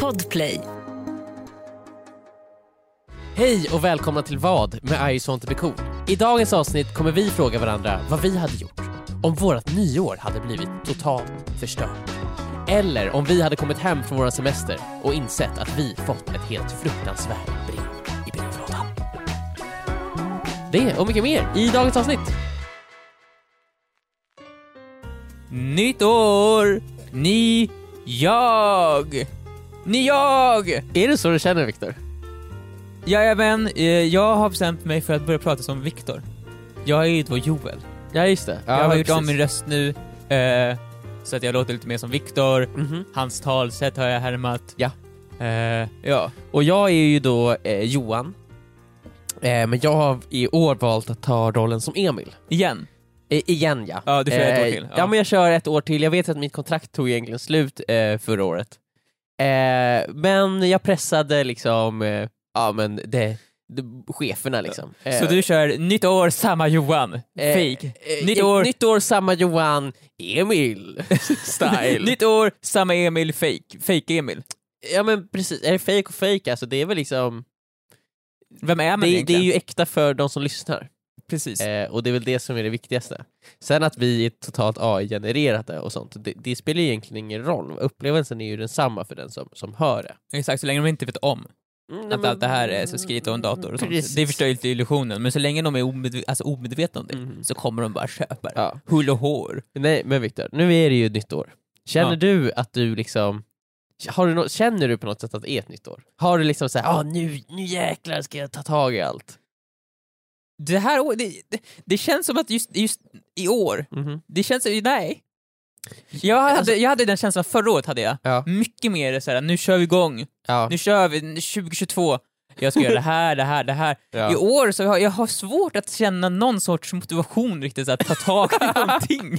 Podplay. Hej och välkomna till Vad med I just want to be cool. I dagens avsnitt kommer vi fråga varandra vad vi hade gjort om vårt nyår hade blivit totalt förstört. Eller om vi hade kommit hem från vår semester och insett att vi fått ett helt fruktansvärt brev i brevlådan. Det och mycket mer i dagens avsnitt. Nytt år! Ny jag! Ny jag! Är det så du känner Viktor? Jajamän, eh, jag har bestämt mig för att börja prata som Viktor. Jag är ju då Joel. Ja just det. jag har gjort om min röst nu, eh, så att jag låter lite mer som Viktor. Mhm. Hans talsätt har jag härmat. Ja. Eh, ja. Och jag är ju då eh, Johan. Eh, men jag har i år valt att ta rollen som Emil. Igen. Eh, igen ja. Eh, Ja, du kör ett år till. Ja. Ja. men jag kör ett år till. Jag vet att mitt kontrakt tog egentligen slut eh, förra året. Eh, men jag pressade liksom, eh, ja men det, det, cheferna liksom. Eh, Så du kör nytt år, samma Johan. eh, Fake. eh, Nytt år. nytt år, samma Johan, Emil style. nytt år, samma Emil, fake. Fake Emil. Ja men precis, är det fake och fake alltså? Det är väl liksom, Vem är man det, det egentligen? är ju äkta för de som lyssnar. Precis. Eh, och det är väl det som är det viktigaste. Sen att vi är totalt AI-genererade och sånt, det, det spelar ju egentligen ingen roll. Upplevelsen är ju densamma för den som, som hör det. Exakt, så länge de inte vet om. att allt det här är så skrivet av en dator och sånt. Mm, Precis. Det förstör ju lite illusionen, men så länge de är omedve- alltså omedvetna om det Mm. så kommer de bara köpa det. Ja. Hull och hår. Nej men Viktor, nu är det ju ett nytt år. Känner Ja. du att du liksom, har du nå- känner du på något sätt att det är ett nytt år? Har du liksom såhär, ah, nu, nu jäklar ska jag ta tag i allt? Det här å- det, det, det känns som att just, just i år, Mhm. det känns, nej. Jag hade, Alltså- jag hade den känslan förra året, hade jag. Ja. Mycket mer såhär, nu kör vi igång, Ja. nu kör vi, 2022, jag ska göra det här, det här, det här. Ja. I år så har jag har svårt att känna någon sorts motivation riktigt, så att ta tag i någonting.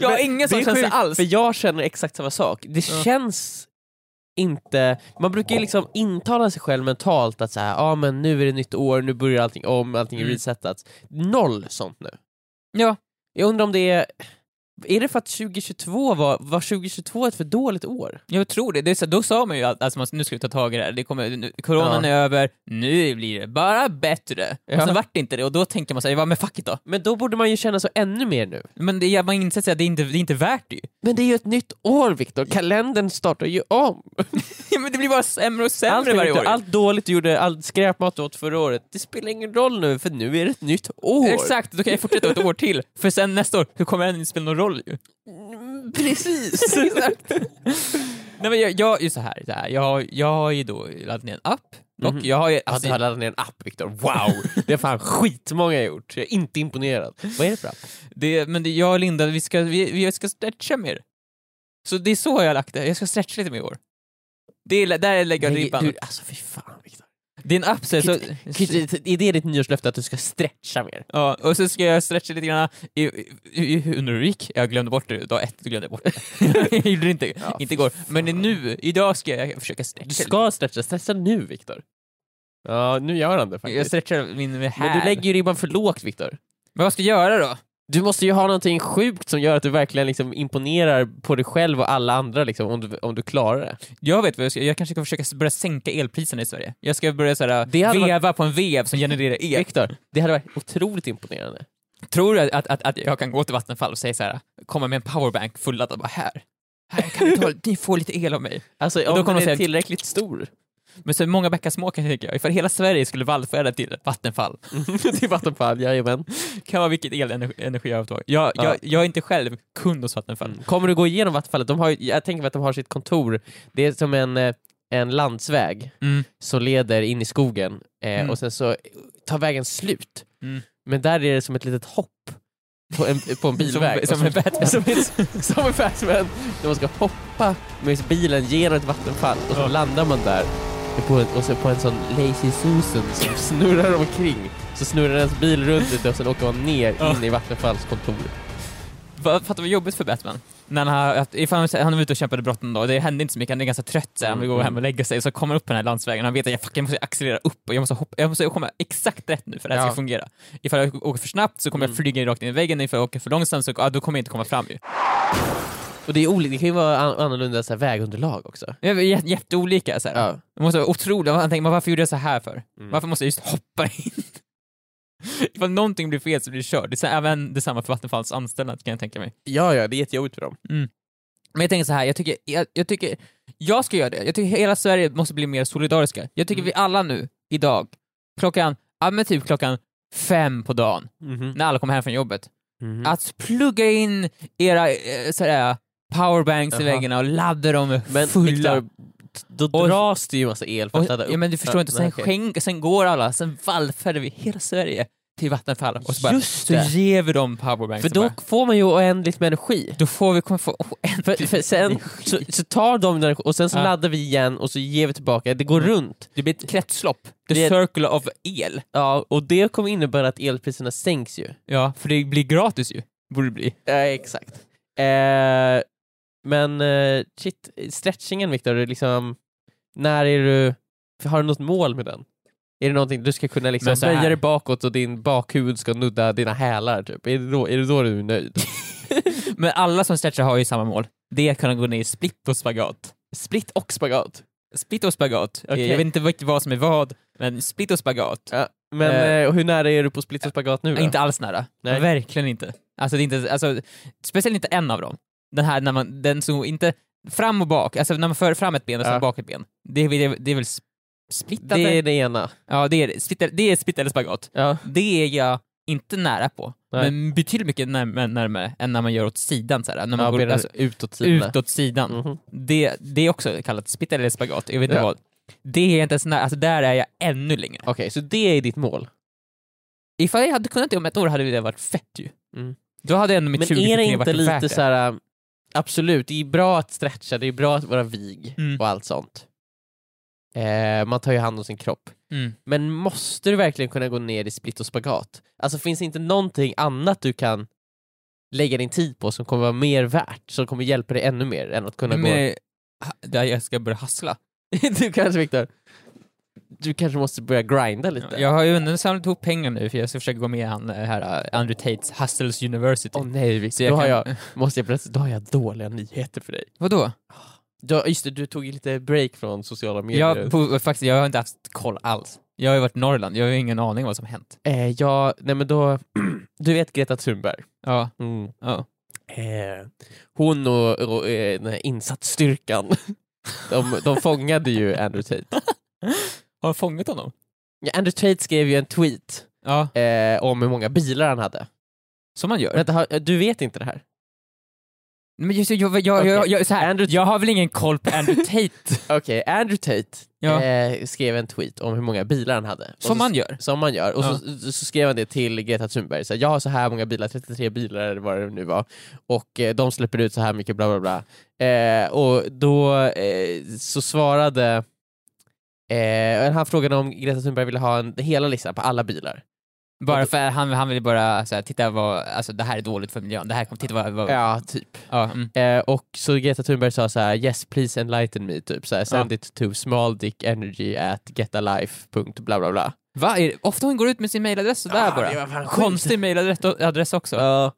Jag har Men ingen det sån är känsla sjukt, alls. För jag känner exakt samma sak. Det Ja. känns inte... Man brukar ju liksom intala sig själv mentalt att så här, ah, men nu är det nytt år, nu börjar allting om, allting är Mm. resetat. Noll sånt nu. Ja. Jag undrar om det är... Är det för att 2022 var, var 2022 ett för dåligt år? Jag tror det. det är så, då sa man ju att alltså, man- nu ska vi ta tag i det här, det kommer, nu, coronan Ja. är över, nu blir det bara bättre. Ja. Och sen vart det inte det, och då tänker man såhär, men fuck it då. Men då borde man ju känna så ännu mer nu. Men det, man inser att det är inte det är inte värt det ju. Men det är ju ett nytt år Viktor, kalendern startar ju om. Ja, men det blir bara sämre och sämre Allt, varje Viktor, år. ju. allt dåligt du gjorde, allt skräpmat du åt förra året, det spelar ingen roll nu för nu är det ett nytt år. Exakt, då kan jag fortsätta ett år till, för sen nästa år, hur kommer det inte spela någon roll ju? Mm, Precis! Nej men jag, jag är ju så här, så här. Jag, har- jag har ju då laddat ner en app, och Mhm. jag har ju... Alltså, Alltså, jag har laddat ner en app Viktor, wow! Det har fan skitmånga gjort, jag är inte imponerad. Vad är det för app? det, men det, jag och Linda, vi ska, vi, vi ska stretcha mer. Så det är så jag har lagt det, jag ska stretcha lite mer i år. Det är, där lägger jag ribban. du, alltså fy fan Viktor. Din app säger så... Är det ditt nyårslöfte att du ska stretcha mer? Ja, och så ska jag stretcha lite grann i, i, i, under hur det gick. Jag glömde bort det, dag ett glömde jag bort det. jag gjorde det inte, Ja, inte igår. Men nu, idag ska jag försöka stretcha. Du ska stretcha, stretcha nu Viktor. Ja, nu gör han det lite. jag faktiskt. stretchar min här. Men du lägger ju ribban för lågt Viktor. Men vad ska jag göra då? Du måste ju ha någonting sjukt som gör att du verkligen liksom imponerar på dig själv och alla andra liksom, om, du, om du klarar det. Jag vet vad jag ska Jag kanske ska försöka börja sänka elpriserna i Sverige. Jag ska börja såhär, Det hade varit- veva på en vev som genererar el. Viktor, det hade varit otroligt imponerande. Tror du att, att, att jag kan gå till Vattenfall och säga så här, komma med en powerbank fulladdad bara här. Här kan ni, ta, ni får lite el av mig. Alltså om då kommer den är de säga- tillräckligt stor. Men så många bäckar små kan jag tänka, ifall hela Sverige skulle vallfärda till Vattenfall, till Vattenfall, jajamän. kan vara vilket elenergiavtag. Jag, Ja. jag, jag är inte själv kund hos Vattenfall. Mm. Kommer du gå igenom Vattenfallet? De har, ju- jag tänker mig att de har sitt kontor, det är som en, eh, en landsväg Mm. som leder in i skogen eh, Mm. och sen så tar vägen slut. Mm. Men där är det som ett litet hopp på en, på en bilväg. Som- som Och så- en Batman. Som, ett- som en Batman. Där man ska hoppa med bilen genom ett vattenfall och så Ja. landar man där. På en, och så på en sån Lazy Susan som snurrar omkring. Så snurrar ens bil runt lite och sen åker man ner Ja. in i Vattenfalls kontor. Vad- Fattar vad jobbigt för Batman? När han, har, att, ifall han, han är ute och kämpade brott en dag, det hände inte så mycket, han är ganska trött så här, han vill gå Mm. hem och lägga sig, så kommer han upp på den här landsvägen och han vet att jag, fuck, jag måste accelerera upp och jag måste, hoppa, jag måste komma exakt rätt nu för att det här Ja. ska fungera. Ifall jag åker för snabbt så kommer jag Mm. flyga rakt in i väggen, ifall jag åker för långsamt så ja, då kommer jag inte komma fram ju. Och det, är olika, det kan ju vara an- annorlunda så här, vägunderlag också. Det är jä- Jätteolika. Så här. Ja. Det måste vara otroligt. Man tänker, men varför gjorde jag så här för? Mm. Varför måste jag just hoppa in? Ifall någonting blir fel så blir det körd. Det är så här, även detsamma för Vattenfalls anställda kan jag tänka mig. ja, ja, det är jättejobbigt för dem. Men jag tänker så här, jag tycker, jag, jag tycker, jag ska göra det. Jag tycker hela Sverige måste bli mer solidariska. Jag tycker Mm. vi alla nu, idag, klockan, ja men typ klockan fem på dagen, Mm. när alla kommer hem från jobbet, Ah, att plugga in era eh, så här, powerbanks i Jaha. väggarna och ladda dem med Men fulla. Viktor, då Och- dras det ju massa el för Och, att ladda upp. ja men du förstår Ja, inte, nej, sen, okej. skänk, sen går alla, sen vallfärdar vi hela Sverige till Vattenfall och så, bara, Just så det. ger vi dem powerbanks. För och då bara, får man ju oändligt med energi. då får vi, kommer få oändligt För, för sen så, så tar de den energi- och sen så Ja. Mm. laddar vi igen och så ger vi tillbaka. Det går runt. Det blir ett kretslopp. The Det är- circle of el. Ja, och det kommer innebära att elpriserna sänks ju. Ja, för det blir gratis ju. Borde det bli. Ja, exakt. Eh, men eh, shit, stretchingen Viktor, det är liksom, när är du, har du något mål med den? Är det någonting du ska kunna liksom Men så här- böja dig bakåt och din bakhuvud ska nudda dina hälar? Typ. Är, det då, är det då du är nöjd? Men alla som stretchar har ju samma mål. Det är att kunna gå ner i split och spagat. Split och spagat. Split och spagat. Eh, Okej. Jag vet inte riktigt vad som är vad, men split och spagat. Men Eh. eh, hur nära är du på split och spagat nu då? Inte alls nära. Nej. Verkligen inte. Alltså, det är inte alltså, speciellt inte en av dem. Den här när man, den som inte, fram och bak, alltså när man för fram ett ben och sen Ja. bak ett ben. Det är, väl- det är väl sp- splittat? det är eller- det ena. Ja, det är splitt, det är splitt eller spagat. Alltså- Ja. Det är jag inte nära på, Nej. men betydligt mycket närmare, närmare än när man gör åt sidan. Så här, när Ja, man typ går, benen alltså, utåt sidorna. utåt sidan. Mhm. Det, det är också kallat spitt eller spagat, jag vet inte Ja. vad. Det är jag inte ens nära, alltså där är jag ännu längre. Okej, så det är ditt mål. Ifall jag hade kunnat det om ett år hade det varit fett ju. Mm. Då hade ändå mitt Men 20 är det kronor varit inte värt lite så här, äh, absolut, det är bra att stretcha, det är bra att vara vig Mm. och allt sånt. Eh, man tar ju hand om sin kropp. Mm. Men måste du verkligen kunna gå ner i split och spagat? Alltså finns det inte någonting annat du kan lägga din tid på som kommer vara mer värt, som kommer hjälpa dig ännu mer än att kunna gå... Men, eh, ha- där jag ska börja hassla. du kanske Viktor, du kanske måste börja grinda lite? Jag har ju ändå samlat ihop pengar nu för jag ska försöka gå med i han, eh, här eh, Andrew Tates Hustles University. Åh nej, Victor, Så då, jag har kan- jag, måste jag, plötsligt- då har jag dåliga nyheter för dig. Vadå? Ja, just det, du tog ju lite break från sociala medier. Jag, på, faktiskt, jag har inte haft koll alls. Jag har ju varit i Norrland, jag har ju ingen aning vad som hänt. Eh, ja, nej men då, du vet Greta Thunberg? Mm. Ja, ja. Eh, hon och, och eh, den här insatsstyrkan, de, de fångade ju Andrew Tate. Har jag fångat honom? Ja, Andrew Tate skrev ju en tweet Ja, eh, om hur många bilar han hade. som man gör. Vänta, har, du vet inte det här? Men just, jag, jag, jag, jag, Okej. jag, så här, Andrew- jag har väl ingen koll på Andrew Tate? Okej, Andrew Tate Ja. eh, skrev en tweet om hur många bilar han hade. Och som så, man gör. Som man gör. Och så, så skrev han det till Greta Thunberg. Så här, jag har så här många bilar, 33 bilar eller vad det nu var. Och eh, de släpper ut så här mycket bla bla bla. Eh, och då eh, så svarade... Eh, han frågade om Greta Thunberg ville ha en, hela listan på alla bilar. Bara för han, han vill bara så här, titta vad, alltså det här är dåligt för miljön, det här kommer, titta vad, vad Ja, typ. ja, mm. Eh, och så Greta Thunberg sa så här: yes please enlighten me, typ. Så här, Send Ja. it to smalldickenergy at getalife.bla bla bla. Va? Är, det- ofta hon går ut med sin mailadress sådär Ja, bara. Ah, det var fan skit. Konstig mailadress adress också. Ja,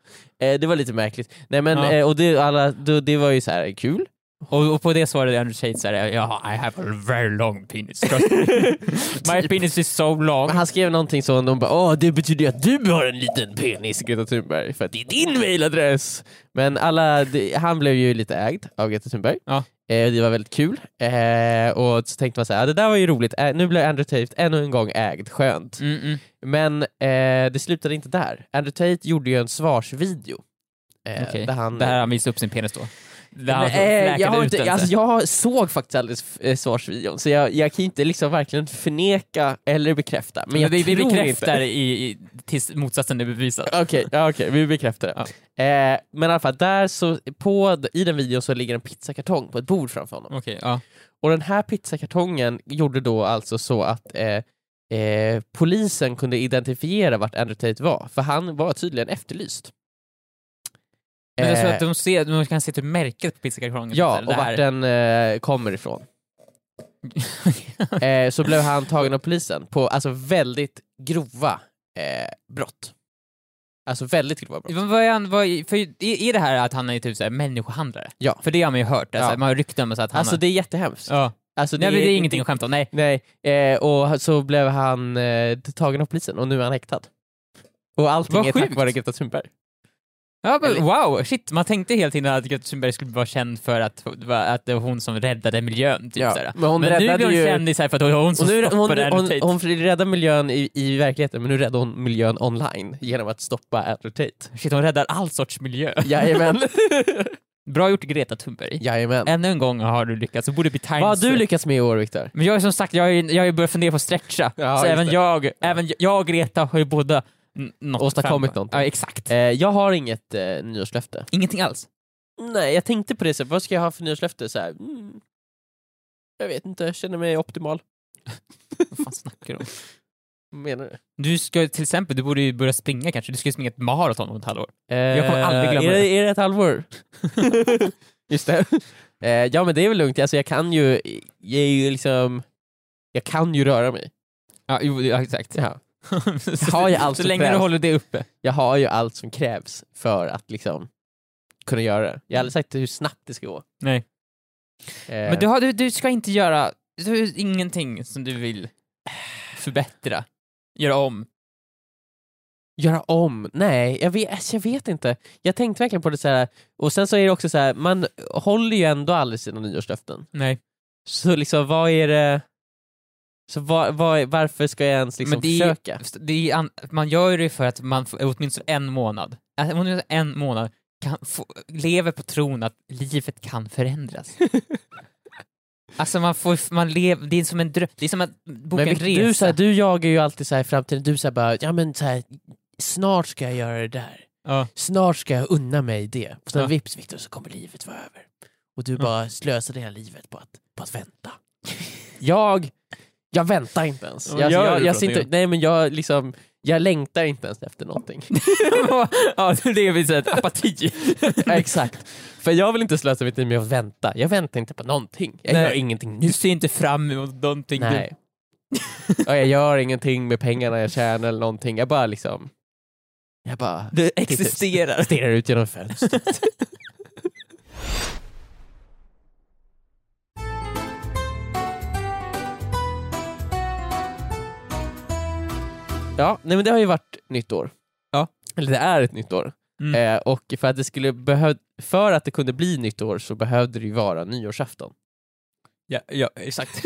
eh, det var lite märkligt. Nej men, Ja. eh, och det, alla, det, det var ju så här kul. Och, och på det svarade Andrew Tate såhär, yeah, I have a very long penis. trust me. My penis is so long. Typ. Men han skrev någonting sånt, de bara åh det betyder ju att du har en liten penis Greta Thunberg, för att det är din mailadress! Men alla, det, han blev ju lite ägd av Greta Thunberg. Ja. Eh, det var väldigt kul. Eh, och så tänkte man såhär, "Ja, det där var ju roligt, eh, nu blev Andrew Tate ännu en gång ägd, skönt. Mm, mm. Men eh, det slutade inte där. Andrew Tate gjorde ju en svarsvideo. Eh, Okej. Där han, Där har han visat upp sin penis då. Där han Men, alltså eh, fläkade jag, har ut inte, den alltså, såhär. jag såg faktiskt aldrig eh, svarsvideon, så jag, jag kan ju inte liksom verkligen förneka eller bekräfta. Men, jag vi, vi tror bekräftar inte. i, i, tills motsatsen är bevisad. Okej, ja, okej, vi bekräftar det. Eh, men i alla fall, där så, på, i den videon så ligger en pizzakartong på ett bord framför honom. Okej, ja. Och den här pizzakartongen gjorde då alltså så att eh, eh, polisen kunde identifiera vart Andrew Tate var, för han var tydligen efterlyst. Men det är så Eh, att de, ser, de kan se typ märket på pizzakartongen. Ja, såhär, och det vart här- den eh, kommer ifrån. eh, så blev han tagen av polisen på alltså väldigt grova eh, brott. Alltså väldigt grova brott. Vad är han, vad, är- för är är det här att han är typ såhär människohandlare? Ja. För det har man ju hört, alltså, Ja. man har rykten om så att han Alltså har... det är jättehemskt. Ja. Alltså, Nej, men det är ingenting att skämta om, nej. Nej, eh, och så blev han eh, tagen av polisen och nu är han häktad. Och allting Vad är tack sjukt. vare Greta Thunberg. typ, Ja, men, Eller- wow, shit, man tänkte hela tiden att Greta Thunberg skulle vara känd för att, att det var hon som räddade miljön, typ Ja, såhär. men hon Men nu räddade blir hon ju- kändis här för att det typ. var hon Och som nu, hon, hon, stoppade hon, Andrew Tate. hon räddar miljön i, i verkligheten men nu räddar hon miljön online genom att stoppa Andrew Tate. Shit, hon räddar all sorts miljö. Jajamän. Bra gjort Greta Thunberg. Jajamän. Ännu en gång har du lyckats, det borde bli times. Vad har du lyckats med i år Viktor? Men jag är som sagt, jag har ju jag har ju börjat fundera på att stretcha. Ja, så just även det. jag, även jag och Greta har ju båda n- nått Åstadkommit fram. någonting. Ja, exakt. Eh, jag har inget eh, nyårslöfte. Ingenting alls. Nej, jag tänkte på det, så här, vad ska jag ha för nyårslöfte? Så här, mm, jag vet inte, jag känner mig optimal. Vad fan snackar du om? Menar du? Du ska till exempel, du borde ju börja springa kanske, du ska ju springa ett maraton om ett halvår. Jag kommer aldrig glömma Eh, är det. det. Är det ett halvår? Just det. Eh, ja men det är väl lugnt, alltså, jag kan ju, jag är ju liksom, jag kan ju röra mig. Ja, jo, ja, exakt. Ja. så, Jag har ju allt så som länge krävs. du håller det uppe. Jag har ju allt som krävs för att liksom kunna göra det. Jag har aldrig sagt hur snabbt det ska gå. Nej. Eh, Men du, har, du, du ska inte göra, du har ingenting som du vill förbättra, göra om. Göra om? Nej, jag vet, alltså, jag vet inte. Jag tänkte verkligen på det så här. och sen så är det också så här. man håller ju ändå aldrig sina nyårslöften. Nej. Så liksom vad är det, så vad, vad, är- varför ska jag ens liksom Men det är- försöka? Det är, an- man gör ju det för att man får åtminstone en månad, alltså, åtminstone en månad kan få, lever på tron att livet kan förändras. alltså man får, man lever, det är som en dröm, det är som att boka Men en Vic, du, så resa. här, du jagar ju alltid så här i framtiden, du säger bara ja men så här, snart ska jag göra det där, ja. snart ska jag unna mig det. Och sen Ja. vips Viktor så kommer livet vara över. Och du bara slösar det här livet på att, på att vänta. jag, jag väntar inte ens. Ja, Jag, men jag, gör jag, du ser inte, någonting? nej men jag liksom, jag längtar inte ens efter någonting. ja, du lever i så här ett apati. Ja, Exakt. För jag vill inte slösa mitt liv med att vänta. Jag väntar inte på någonting. Jag Nej. gör ingenting nu. Du ser inte fram emot någonting. du- Nej. Och jag gör ingenting med pengarna jag tjänar eller någonting. Jag bara liksom... Jag bara Det existerar. stirrar ut genom fönstret. ja, nej men det har ju varit nytt år. Ja. Eller det är ett nytt år. Mm. Eh, och för att, det skulle behöv- för att det kunde bli nytt år så behövde det ju vara nyårsafton. Ja, ja, exakt.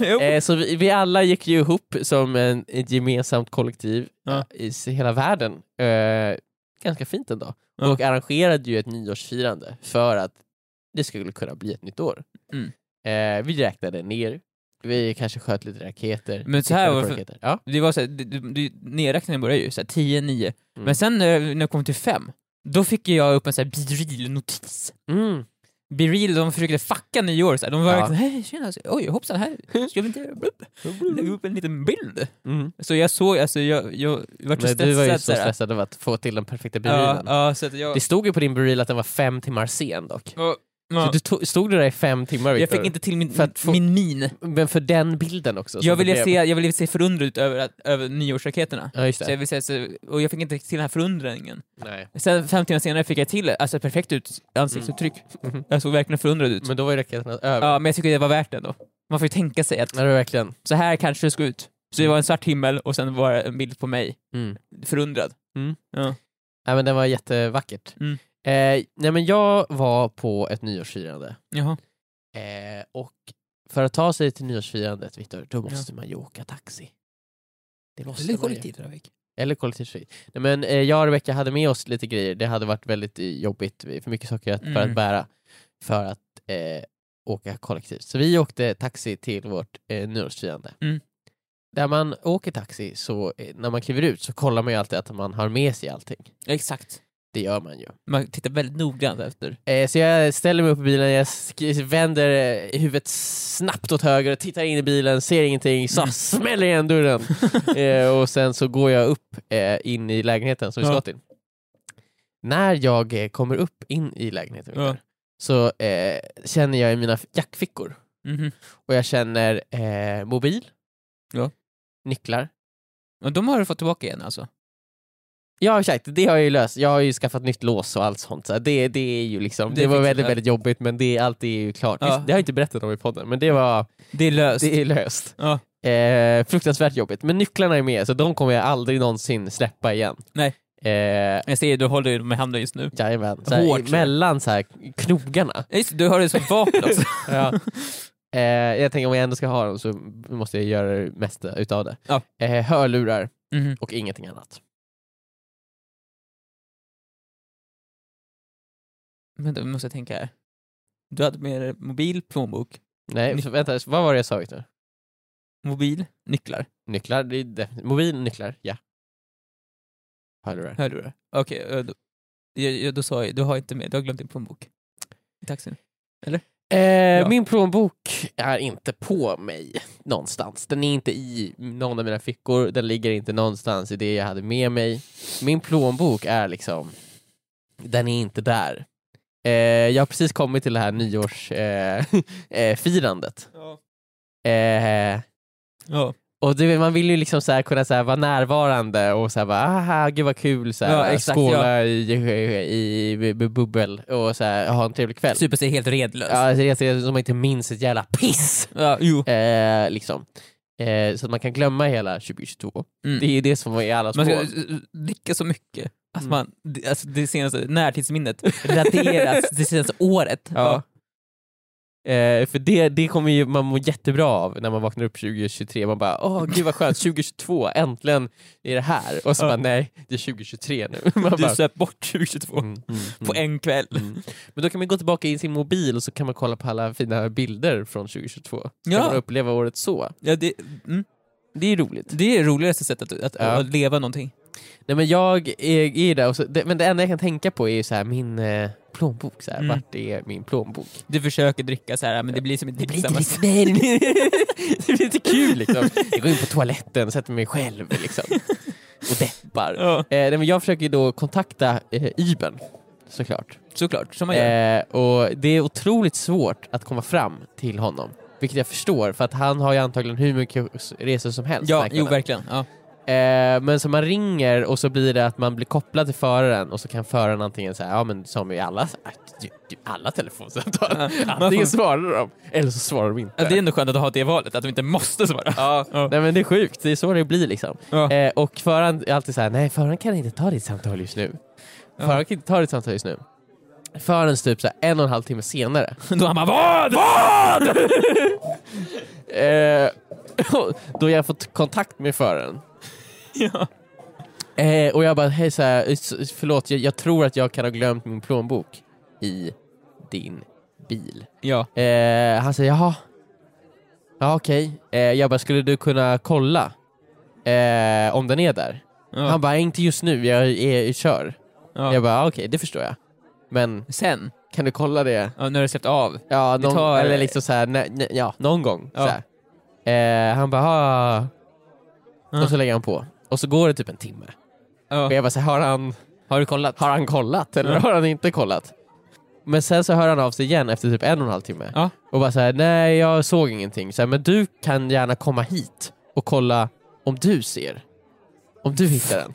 Jo. Eh, så vi, vi alla gick ju ihop som en, ett gemensamt kollektiv Ja. eh, i s- hela världen. Eh, ganska fint ändå. Ja. Och arrangerade ju ett nyårsfirande för att det skulle kunna bli ett nytt år. Mm. Eh, vi räknade ner, vi kanske sköt lite raketer. Men så här tittade var på det för- raketer. Ja. Det var så här, det- det- det- nedräkningen började ju såhär 10, 9, Mm. men sen eh, när, när jag kom till 5, då fick jag upp en såhär Biril-notis. Mm. Biril, de försökte fucka nyår såhär, de var Ja. verkligen hej tjena, så- oj hoppsan här, ska vi inte göra- blubb." lägga upp en liten bild? Mm. Så jag såg, alltså jag, jag vart så Men du var ju stressad så såhär. stressad av att få till den perfekta Ja, burilen. ja, så att jag... Det stod ju på din buril att den var fem timmar sen dock. och, Så du to- stod du där i fem timmar jag Viktor. fick inte till min, för att få- min min. Men för den bilden också. så Jag det ville, blev- se, jag ville se förundrad ut över, att- över nyårsraketerna. Ja, just det. Så jag vill säga, så, och jag fick inte till den här förundringen. Nej. Sen fem timmar senare fick jag till alltså, ett perfekt ut, ansiktsuttryck. Mhm. Jag såg verkligen förundrad ut. Men då var ju raketerna över. Ja, men jag tycker det var värt det ändå. Man får ju tänka sig att Ja, det var verkligen. så här kanske det såg ut. Så det var en svart himmel och sen var det en bild på mig, Mm. förundrad. Nej, men den var jättevackert. Mm. Eh, nej, men jag var på ett nyårsfirande. Jaha. Eh, och för att ta sig till nyårsfirandet, Viktor, då måste man ju åka taxi. Det måste man ju. kollektivtrafik. Eller kollektivtrafik. Nej, men, eh, jag och Rebecka hade med oss lite grejer, det hade varit väldigt eh, jobbigt, vi- för mycket saker att, för Mm. att bära för att eh, åka kollektivt. Så vi åkte taxi till vårt eh, nyårsfirande. Mm. Där man åker taxi, så eh, när man kliver ut så kollar man ju alltid att man har med sig allting. Exakt. Det gör man ju. Man tittar väldigt noggrant efter. Eh, så jag ställer mig upp i bilen, jag sk- vänder eh, huvudet snabbt åt höger, tittar in i bilen, ser ingenting, så Mm. smäller igen dörren. eh, och sen så går jag upp eh, in i lägenheten som vi ska Ja. till. När jag eh, kommer upp in i lägenheten Ja. så eh, känner jag i mina jackfickor Mhm. och jag känner eh, mobil, Ja. nycklar. Och de har du fått tillbaka igen alltså? Ja exakt, det har jag ju löst. Jag har ju skaffat nytt lås och allt sånt. Så det, det är ju liksom, Det det, var fixar väldigt, det. väldigt jobbigt men det, allt är ju klart. Ja. Visst, det har jag inte berättat om i podden men det var, Det är löst. det är löst. Ja. Eh, fruktansvärt jobbigt. Men nycklarna är med så de kommer jag aldrig någonsin släppa igen. Nej. Eh, Jag ser, du håller ju dem i handen just nu. jajamän, så här, Hårt. mellan så här, knogarna. Ja, Just, det, du har det som vapen också. Ja. Eh, jag tänker om jag ändå ska ha dem så måste jag göra det mesta utav det. Ja. Eh, hörlurar Mhm. och ingenting annat. Men då måste jag tänka här. Du hade med dig mobil, plånbok, Nej, Ny- för- vänta, vad var det jag sa just nu? mobil, nycklar, Nycklar, det är definitivt. Mobil, nycklar, ja. Hörlurar. hörlurar. Okej, okay, då, jag- jag- då sa jag, du har inte med, du har glömt din plånbok. I taxin. Eh, Ja. Min plånbok är inte på mig någonstans. Den är inte i någon av mina fickor, den ligger inte någonstans i det jag hade med mig. Min plånbok är liksom, den är inte där. Eh, jag har precis kommit till det här nyårsfirandet. Eh, eh, firandet. Ja. eh, Ja, och du, vet, man vill ju liksom så här kunna så här vara närvarande och så här bara aha, gud vad kul, så här, Ja, exakt, skåla i, i, i bu- bubbel och så här, ha en trevlig kväll. super sig helt redlös. Ja, alltså, det är så som man inte minns ett jävla piss. Ja, jo. Eh, liksom. eh, så att man kan glömma hela 2022. Mm. Det är ju det som är allas Man ska mål. eh, dricka så mycket att Mm. man, det- alltså det senaste närtidsminnet raderas det senaste året. Ja. Eh, för det, det kommer ju man må jättebra av när man vaknar upp 2023. Man bara åh gud vad skönt, 2022, äntligen är det här. Och så Ja. bara nej, det är 2023 nu. Man Du bara, söp bort 2022 mm, mm, på mm. en kväll. Mm. Men då kan man gå tillbaka i sin mobil och så kan man kolla på alla fina bilder från 2022. Så Ja. kan man uppleva året så. Ja, det, mm. Det är roligt. det är det roligaste sättet att, att, Ja. att leva någonting. Nej men jag är, är där och så, det, men det enda jag kan tänka på är ju så här min eh, plånbok. Så här, Mm. Vart är min plånbok? Du försöker dricka så här men det blir som inte samma lite, nej, det blir, det blir inte kul liksom. Jag går in på toaletten och sätter mig själv liksom. Och deppar. Eh, Ja, nej, men jag försöker ju då kontakta eh, Iben såklart. såklart, som man gör. Eh, och det är otroligt svårt att komma fram till honom. Vilket jag förstår, för att han har ju antagligen hur mycket resor som helst. ja, märker jo man. verkligen. Ja. Eh, men så man ringer och så blir det att man blir kopplad till föraren och så kan föraren antingen säga, ja men som i alla, äh, alla telefonsamtal, antingen svarar de eller så svarar de inte. Ja, det är ändå skönt att ha det valet, att de inte måste svara. Ja. Ja. Nej men det är sjukt, det är så det blir liksom. Ja. Eh, och föraren är alltid såhär, nej föraren kan inte ta ditt samtal just nu. Ja. Föraren kan inte ta ditt samtal just nu. Föraren typ så här en och en halv timme senare. Då han bara VAD? VAD? Eh, då jag fått kontakt med föraren. ja. Eh, och jag bara, hej så här, s- förlåt, jag, jag tror att jag kan ha glömt min plånbok i din bil. ja. Eh, han säger, jaha. Ja, okej. Eh, jag bara, skulle du kunna kolla eh, om den är där? ja. Han bara, inte just nu, jag är, jag kör. ja. Jag bara, "Ah, okej, det förstår jag. Men Sen, kan du kolla det? ja, när du släppt av. Ja, någon, tar- eller liksom så här, nej, nej, ja, någon gång. Ja. Så här. Eh, han bara, "Ah." Ja. Och så lägger han på. Och så går det typ en timme. Ja. Och jag bara, så här, har han, Har du kollat? har han kollat eller Ja. har han inte kollat? Men sen så hör han av sig igen efter typ en och en halv timme. Ja. Och bara såhär, nej jag såg ingenting. Så här, men du kan gärna komma hit och kolla om du ser. Om du hittar den.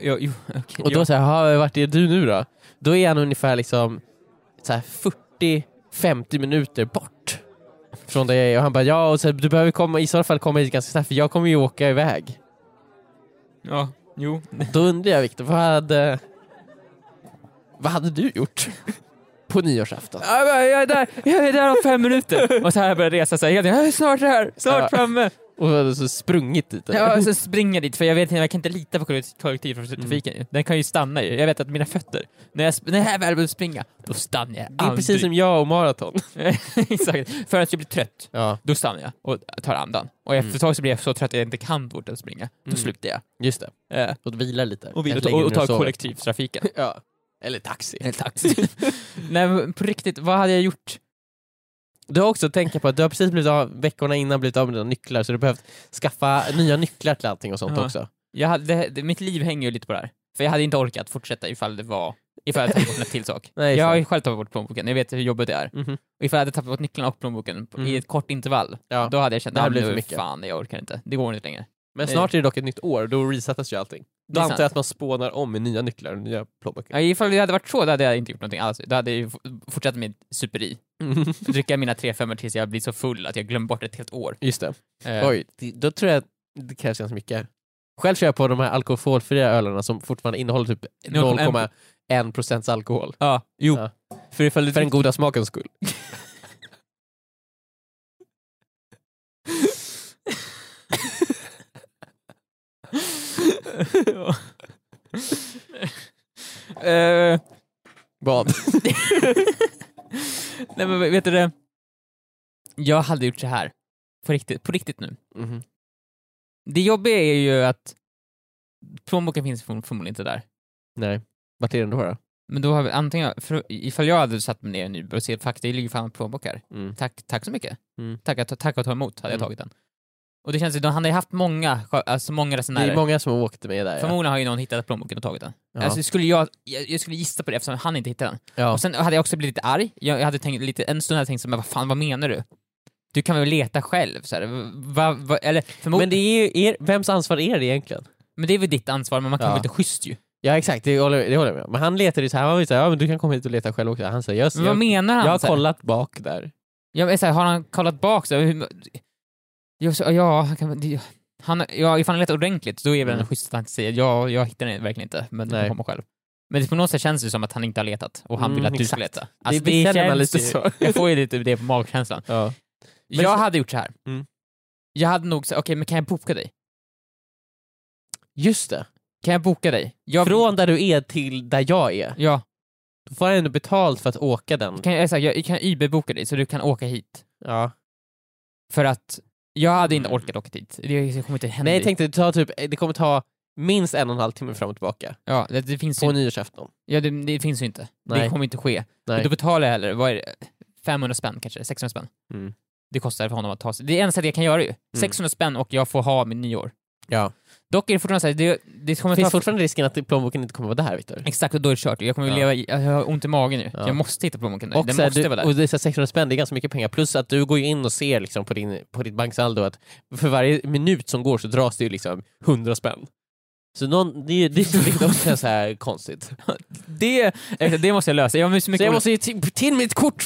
Ja, jo, okej. Och då ja. säger jag, vart är du nu då? Då är han ungefär liksom så här 40-50 minuter bort från där jag är. Och han bara, ja och så här, du behöver komma, i så fall komma hit ganska snabbt för jag kommer ju åka iväg. ja, jo. Då undrar jag Viktor, vad hade, vad hade du gjort på nyårsafton? Ja, men Jag är där, jag är där om fem minuter! Och så här börjar jag resa, så här, jag är snart här, snart Ja. framme! Och hade så sprungit dit? eller? Ja, och så springer jag dit, för jag vet inte, jag kan inte lita på kollektiv- kollektivtrafiken ju. Den kan ju stanna ju. Jag vet att mina fötter, när jag, sp- när jag väl börjar springa, då stannar jag Det är precis som jag och maraton. Exakt. Förrän jag blir trött, Ja, då stannar jag och tar andan. Och efter ett tag så blir jag så trött att jag inte kan fortsätta springa. Då Mm. slutar jag. just det. Eh, Och vila lite. och, Eller vill, lägger och, dig och ner tar sover. kollektivtrafiken. Ja. Eller taxi. Eller taxi. Nej men på riktigt, vad hade jag gjort? Du har också att tänka på att du har precis blivit av, veckorna innan blivit av med dina nycklar så du har behövt skaffa nya nycklar till allting och sånt Ja. också. Jag hade, det, det, mitt liv hänger ju lite på det här. För jag hade inte orkat fortsätta ifall det var ifall jag hade tappat en till sak. Nej, jag har så. ju själv tappat bort plånboken, jag vet hur jobbigt det är. Mhm. Och ifall jag hade tappat bort nycklarna och plånboken på- Mm. i ett kort intervall, Ja. då hade jag känt Det här att blir för nu mycket." fan, jag orkar inte. Det går inte längre. Men snart är det dock ett nytt år och då resetas ju allting. Det Då är antar jag sant. att man spånar om med nya nycklar och nya plånböcker. Ja, ifall det hade varit så, då hade jag inte gjort någonting alls. Då hade jag ju f- fortsatt med superi. Mm. Dricka mina tre femmor tills jag blir så full att jag glömmer bort ett helt år. Just det. Eh, Oj, det- då tror jag att det krävs ganska mycket. Själv kör jag på de här alkoholfria ölarna som fortfarande innehåller typ 0,1. 0,1 procents alkohol. Ja, jo. Ja. För ifall du För den goda smakens skull. Eh, Vad? Nej men vet du det? Jag hade gjort så här. På riktigt, på riktigt nu. Mhm. Det jobbiga är ju att plånboken finns förm- förmodligen inte där. Nej. Vart är den då? Mm. då? Men då har vi antingen, för ifall jag hade satt mig ner nu och sett fakta, det ligger fan plånbok här. Mm. Tack, tack så mycket. Mm. Tack, att- tack att ta emot, hade Mm. jag tagit den. Och det känns ju, de- han har ju haft många, sjö- alltså många Det är resenärer. många som har åkt med där. Ja. Förmodligen har ju någon hittat plånboken och tagit den. Ja. Alltså, skulle jag, jag, jag skulle gissa på det eftersom han inte hittade den. Ja. Och sen hade jag också blivit lite arg, jag, jag hade tänkt lite, en stund hade jag tänkt så, men vad fan vad menar du? Du kan väl leta själv? Så här, va, va, eller, förmod- Men det är ju er, vems ansvar är det egentligen? men det är väl ditt ansvar, men man kan Ja. väl inte schysst ju? Ja exakt, det håller, det håller jag med om. Men han letade ju så här, han var ju så här, ja men du kan komma hit och leta själv också. Han säger, just, Men vad jag, menar han? jag har så här? kollat bak där. Ja, men så här, har han kollat bak? Så, här, hur, ja, så, ja, han kan, det- han, ja, ifall han letar ordentligt, då är väl Mm. en schysst att han inte säger ja, jag hittar den verkligen inte, men Nej. du kommer själv. Men det, på något sätt känns det som att han inte har letat, och han Mm, vill att du ska exakt. leta. Alltså, det, det känner man lite ju- så. Jag får ju lite det på magkänslan. Ja. Men- jag hade gjort så här. Mm. Jag hade nog sagt, okej, men kan jag boka dig? Just det. Kan jag boka dig? Jag, Från där du är till där jag är. Ja, Då får han ändå betalt för att åka den. kan jag, jag, sa, jag kan Uber-boka dig så du kan åka hit. Ja. För att jag hade inte Mm. orkat åka dit. Det det kommer inte hända. Nej, jag tänkte det, tar typ, det kommer ta minst en och en halv timme fram och tillbaka. ja, det, det finns På ju, nyårsafton. ja, det, det finns ju inte. Nej. Det kommer inte ske. Nej. Men Då betalar jag heller, vad är det? 500 spänn kanske? 600 spänn? Mm. Det kostar för honom att ta sig. Det är enda sättet jag kan göra ju. 600 spänn och jag får ha min nyår. Ja. Dock är det fortfarande så här, det, det kommer Finns ta... fortfarande risken att plånboken inte kommer vara där, Viktor? Exakt, och då är det kört. Jag kommer Ja. leva i, alltså, jag har ont i magen nu. Ja. Jag måste hitta plånboken där. Och, Den så här, måste du, vara där. och det är så här 600 spänn, det är ganska mycket pengar. Plus att du går ju in och ser liksom på, din, på ditt banksaldo att för varje minut som går så dras det ju liksom 100 spänn. Så någon, det, är ju- det är ju också så här konstigt. Det, exakt, det måste jag lösa. Jag har så Så mycket jag olika- måste ju till, till mitt kort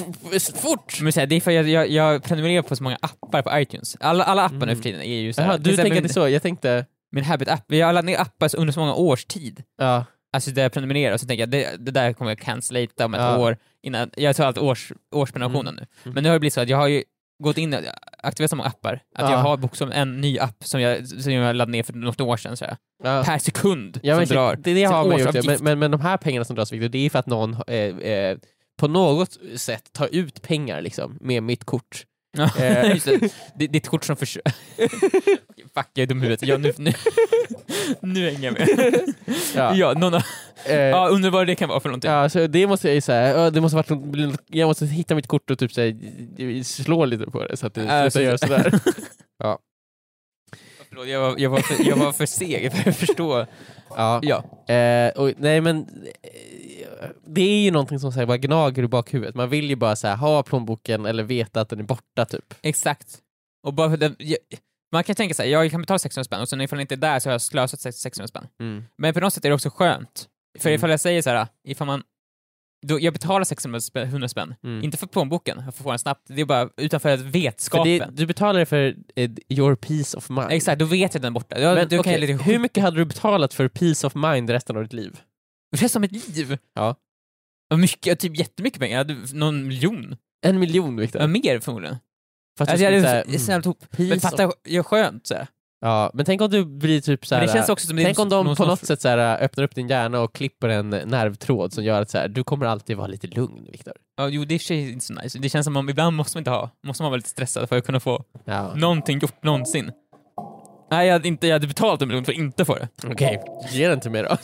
fort! Men så här, det är för att jag, jag, jag prenumererar på så många appar på iTunes. Alla, alla appar nu Mm. för tiden är ju så här, Jaha, till du exempel tänker att det min, är så? Jag tänkte... min Habit-app, jag har laddat ner appar under så många års tid. Ja. Alltså där jag prenumererar och så tänker jag det, det där kommer jag cancellata om ett Ja. år. Innan, jag tar alltid års, årsprenumerationen nu. Mm. Men nu har det blivit så att jag har ju gått in och aktiverat så många appar. Att Ja. jag har bokstavligen en ny app som jag, som jag laddade ner för något år sedan så här, ja. per sekund Ja, men exakt. som drar. Det, det sin har man gjort, ja. årsavgift. men, men, men de här pengarna som dras Victor, det är för att någon eh, eh, på något sätt tar ut pengar liksom, med mitt kort. Ja, Eh. just det. Det- Ditt kort som förs... Okej, Fuck, jag är dum i huvudet. Ja, nu, nu, nu hänger jag med. Ja, någon, har- Eh, ja, undrar vad det kan vara för någonting. ja, så det måste jag ju säga, ja, det måste varit, något- jag måste hitta mitt kort och typ så här, slå lite på det så att det slutar Ja, så- göra sådär. Förlåt, jag var, jag, var för, jag var för seg för att förstå. ja. Ja. Eh, och, nej men eh, det är ju någonting som så här, bara gnager i bakhuvudet, man vill ju bara så här, ha plånboken eller veta att den är borta typ. Exakt. Och bara för den, jag, man kan tänka sig, jag kan betala 600 spänn och sen ifall det inte är där så har jag slösat sex- 600 spänn. Men på något sätt är det också skönt. För Mm. ifall jag säger så här, ifall man... Då, jag betalar 600 spänn, 100 spänn. Mm. Inte för plånboken, jag får få den snabbt. Det är bara utanför För vetskapen. det, du betalar för eh, your peace of mind. Exakt, då vet jag att den är borta. Då, Men, då kan okej, jag lite hur mycket hade du betalat för peace of mind resten av ditt liv? Resten av mitt liv? Ja. Vad Mycket, typ jättemycket pengar. Jag hade någon miljon. En miljon Ja, Viktor. mer förmodligen. För att du Alltså, jag skulle säga, hade mm, snällt ihop. peace Men of... fatta, jag är skönt så. här. äh, ja, men tänk om du blir typ så Men här. det känns också som det är Tänk om de någon på som- något sätt så här, öppnar upp din hjärna och klipper en nervtråd som gör att så här, du kommer alltid vara lite lugn Viktor. Ja, jo, det är i och för sig inte så nice. Det känns som att ibland måste man inte ha, måste man vara lite stressad för att kunna få Ja. någonting gjort någonsin. Nej, jag hade, inte, jag hade betalat en miljon för att inte få det. Okej, ge den till mig då.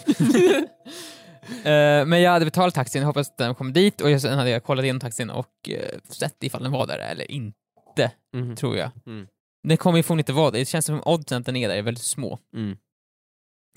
Eh, men jag hade betalat taxin, jag hoppas att den kom dit och jag- sen hade jag kollat in taxin och eh, sett ifall den var där eller inte, Mm. tror jag. Mm. Den kommer ju förmodligen inte vara där. Det känns som att oddsen att den är där är väldigt små. Mm.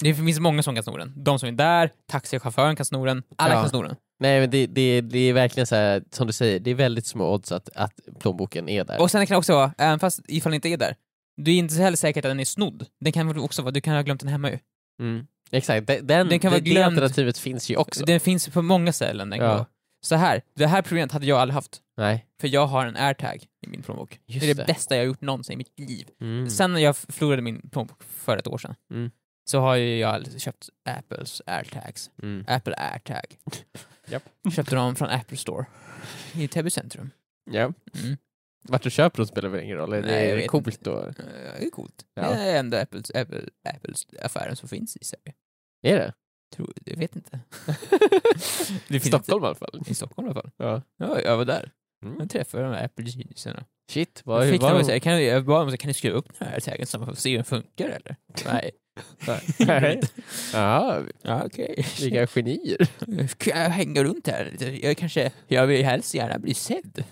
Det finns många som kan sno den. De som är där, taxichauffören kan sno den, alla Ja. kan sno den. Nej men det, det, det är verkligen så här, som du säger, det är väldigt små odds att, att plånboken är där. Och sen kan det också vara, även fast ifall det inte är där, Du är inte heller säkert att den är snodd. Den kan väl också vara, du kan ha glömt den hemma ju. Mm. Exakt, den, den, Den kan vara det, det glömd. alternativet finns ju också. Den finns på många ställen. Den kan Ja. vara. Så här, det här problemet hade jag aldrig haft. Nej, För jag har en airtag i min plånbok. Just det är det, det. bästa jag har gjort någonsin i mitt liv. mm. Sen när jag f- förlorade min plånbok för ett år sedan, Mm. så har ju jag köpt Apples airtags. Mm. Apple airtag. Japp. Köpte dem från Apple store. I Täby centrum. Ja. Mm. Vart du köper dem spelar väl ingen roll? Nej, Det jag är vet coolt då. Eh, Det är coolt. Ja. Det är enda Apples, Apple, Apples affären som finns i Sverige. Är det? Tror, jag vet inte. det finns Stockholm i alla fall. Inte. I Stockholm i alla fall. Ja. Ja, jag var där. Mm. Jag träffade de här Apple Geniusarna. Shit, Då vad... fick de vad- mig säga, kan, jag bad dem, kan ni skruva upp den här taggen så man får se hur den funkar eller? Nej. Nej. Ja, ja, okej. vilka genier. Kan jag hänga runt här lite? Jag kanske, jag vill helst gärna bli sedd.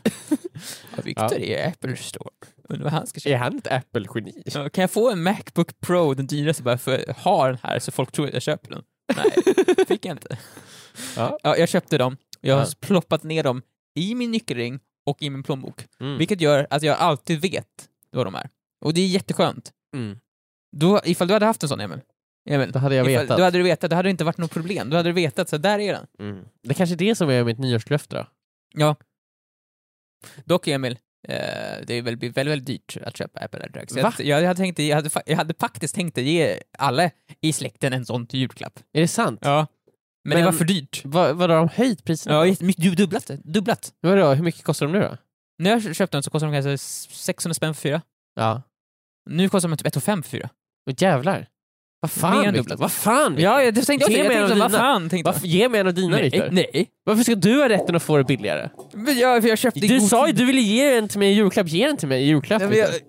Av Victor i Apple Store. Undrar vad han ska köpa. Är han ett Apple-geni? Ja, Kan jag få en Macbook Pro, den dyraste, bara för att ha den här så folk tror att jag köper den? Nej, fick jag inte. Ja. Ja, jag köpte dem, jag har Ja. ploppat ner dem i min nyckelring och i min plånbok. Mm. Vilket gör att jag alltid vet vad de är. Och det är jätteskönt. Mm. Då, ifall du hade haft en sån, Emil. Emil Då hade jag ifall, vetat. Då hade du vetat, då hade det inte varit något problem. Då hade du vetat, så där är den. Mm. Det kanske är det som är mitt nyårslöfte då. Dock Emil, eh, det är väl, blir väldigt, väldigt dyrt att köpa Apple AirTags. Jag, Va? jag, hade tänkt, jag, hade, fa- jag hade faktiskt tänkt att ge alla i släkten en sån till julklapp. Är det sant? Ja. Men, det Men- var för dyrt. Vad, vad har de höjt priserna? Ja, jättemycket. Du- Dubblat det. Dubblat. Vadå, hur mycket kostar de nu då? När jag köpte den så kostade de kanske 600 spänn för fyra. Ja. Nu kostar de typ 1 500 för fyra. Och jävlar. Vad Mer fan än Viktor? dubblat. Vad fan Viktor? Ja, jag tänkte också Ge det. Jag mig en tänkte, av vad dina. fan tänkte jag. Varför, ge mig en av dina Nej, Viktor. nej. Varför ska du ha rätten att få det billigare? Men jag, för jag köpte i du god sa ju tid. du ville ge en till mig i julklapp, ge den till mig i julklapp. Nej, Nej, men jag...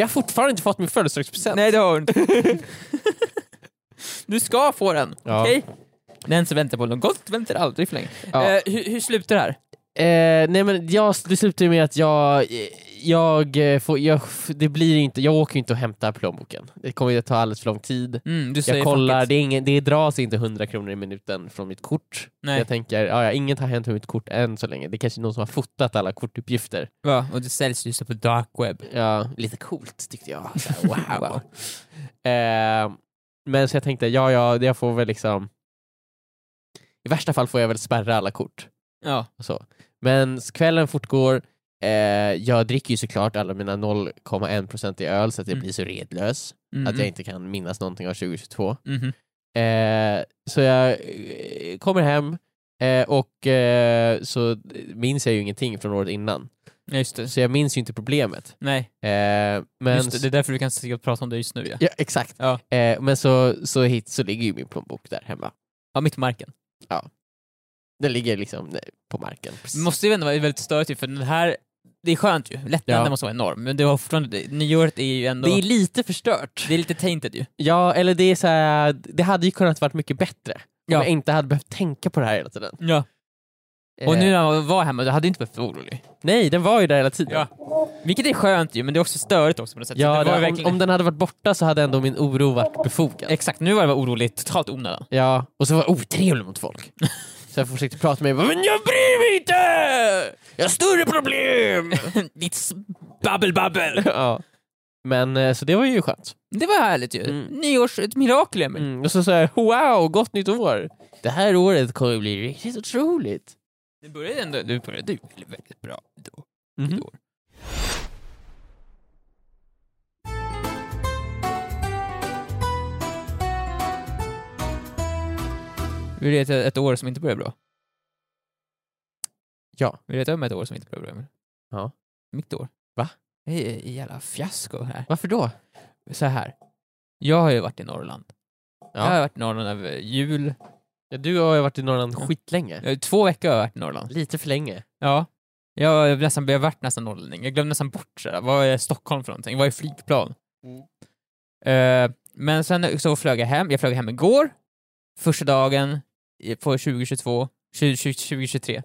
jag har fortfarande inte fått min födelsedagspresent. nej, det har du inte. du ska få den, Ja. okej? Den som väntar på något gott väntar aldrig för länge. Ja. Eh, hur, hur slutar det här? Eh, nej men jag, det slutar ju med att jag, eh, jag, eh, får, jag, det blir inte, jag åker ju inte och hämtar plånboken. Det kommer ju att ta alldeles för lång tid. Mm, du säger Jag kollar, fuck it. det, är ingen, det dras inte 100 kronor i minuten från mitt kort. Nej. Jag tänker, ja, ja, inget har hänt med mitt kort än så länge. Det kanske är någon som har fotat alla kortuppgifter. Va? Och det säljs just på dark web. Ja, lite coolt tyckte jag. Så här, Wow. eh, men så jag tänkte, ja ja, jag får väl liksom... I värsta fall får jag väl spärra alla kort. Ja. och så. Men s- kvällen fortgår, eh, jag dricker ju såklart alla mina 0,1% i öl så att jag Mm. blir så redlös Mm, att jag inte kan minnas någonting av 2022. mm, mhm. Eh, så jag eh, kommer hem eh, och eh, så minns jag ju ingenting från året innan. Ja, just det. Så jag minns ju inte problemet. Nej, Eh, men just det. Det är därför du kan sitta och prata om det just nu ja. Ja, exakt. Ja. Eh, men så, så, hit, så ligger ju min plånbok där hemma. Ja, mitt på marken. Den ligger liksom eh, på marken. Det måste ju ändå vara väldigt störigt ju, för den här, det är skönt ju. Lättnaden Ja. måste vara enorm, men det var fortfarande, det- nyåret är ju ändå... Det är lite förstört. det är lite tainted ju. Ja, eller det är så här, det hade ju kunnat varit mycket bättre om Ja. jag inte hade behövt tänka på det här hela tiden. Ja. Och Eh, nu när man var hemma, då hade jag inte behövt vara orolig. nej, den var ju där hela tiden. Ja. Vilket är skönt ju, men det är också störigt också på något sätt. Ja, Så det var ju det, om, verkligen... om den hade varit borta så hade ändå min oro varit befogad. Exakt, nu var jag bara orolig totalt onödan. Ja, och så var jag otrevlig mot folk. så jag försökte prata med mig, men jag bryr mig inte! Jag har större problem! Ditt s- babbel-babbel! ja. Men eh, så det var ju skönt. Det var härligt ju. Mm. Nyårs... Ett mirakel, Emil. Mm. Och så sa jag, wow, gott nytt år! Det här året kommer att bli riktigt otroligt. Det började ändå... Du började ju väldigt, väldigt bra då. Mhm. år. Vill du veta ett år som inte började bra? Ja. Vill du veta om ett år som inte började bra? Emil? Ja. Mitt år. Va? Det är ett jävla fiasko här. Varför då? Så här. Jag har ju varit i Norrland. Jag har Ja. varit i Norrland över jul. Ja, du har ju varit i Norrland Ja. skitlänge. Eh, Två veckor har jag varit i Norrland. Lite för länge. Ja. Jag har nästan, jag varit nästan norrlänning. Jag glömde nästan bort sådär. vad är Stockholm för någonting? Vad är flygplan? Mm. Eh, men sen så flög jag hem. Jag flög hem igår, första dagen i- på 2022, 2020, 2023.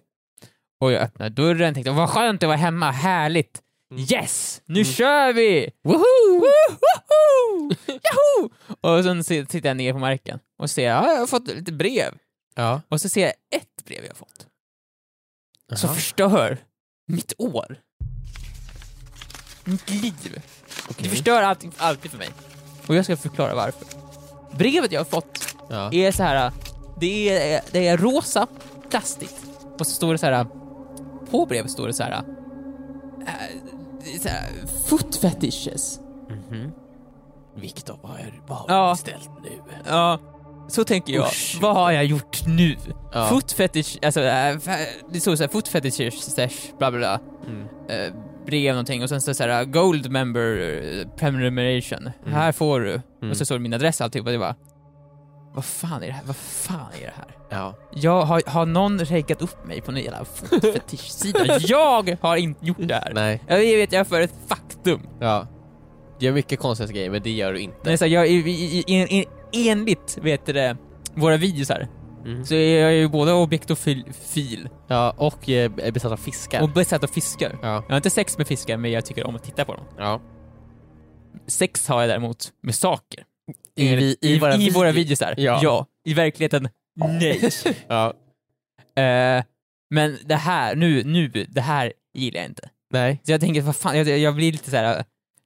Och jag öppnade dörren tänkte vad skönt det var hemma, härligt! Mm. Yes! Nu Mm. kör vi! Woho! Woho! Yahoo! Och sen se- tittar jag ner på marken och ser, ja, jag har fått lite brev. Ja. Och så ser jag ett brev jag har fått som Jaha. förstör mitt år. Mitt liv. Okej. Du förstör allting för alltid för mig. Och jag ska förklara varför. Brevet jag har fått Ja. är så här. Det är, det är rosa, plastigt. Och så står det så här. På brevet står det så här. eh, det är så här, Foot fetishes. Mm-hmm. Viktor, vad har, vad har Ja. du beställt nu? Ja, så tänker jag. Usch. Vad har jag gjort nu? Ja. Foot fetish, alltså äh, fe- det står såhär foot fetish stash, bla bla bla. Mm. Eh, brev någonting och sen står det såhär gold member eh, prenumeration. Mm. Här får du. Och så står det min adress och alltihopa. Det bara, vad fan är det här? Vad fan är det här? Ja. Jag har, har någon reggat upp mig på någon jävla foot fetish sida Jag har inte gjort det här. Nej. Jag vet jag för ett faktum. Ja. Du gör mycket konstiga grejer, men det gör du inte. Men så här, jag, i, i, i, i, enligt vet du det, våra videosar Mm. så är jag ju både objektofil Ja, och eh, är besatt av fiskar. och besatt av fiskar. Ja. Jag har inte sex med fiskar, men jag tycker om att titta på dem. ja. Sex har jag däremot med saker. I, i, i, våra, i vid- våra videosar. Ja. I verkligheten, nej. Ja. Eh, men det här, nu, nu, det här gillar jag inte. Nej. Så jag tänker, vad fan, jag, jag blir lite så här.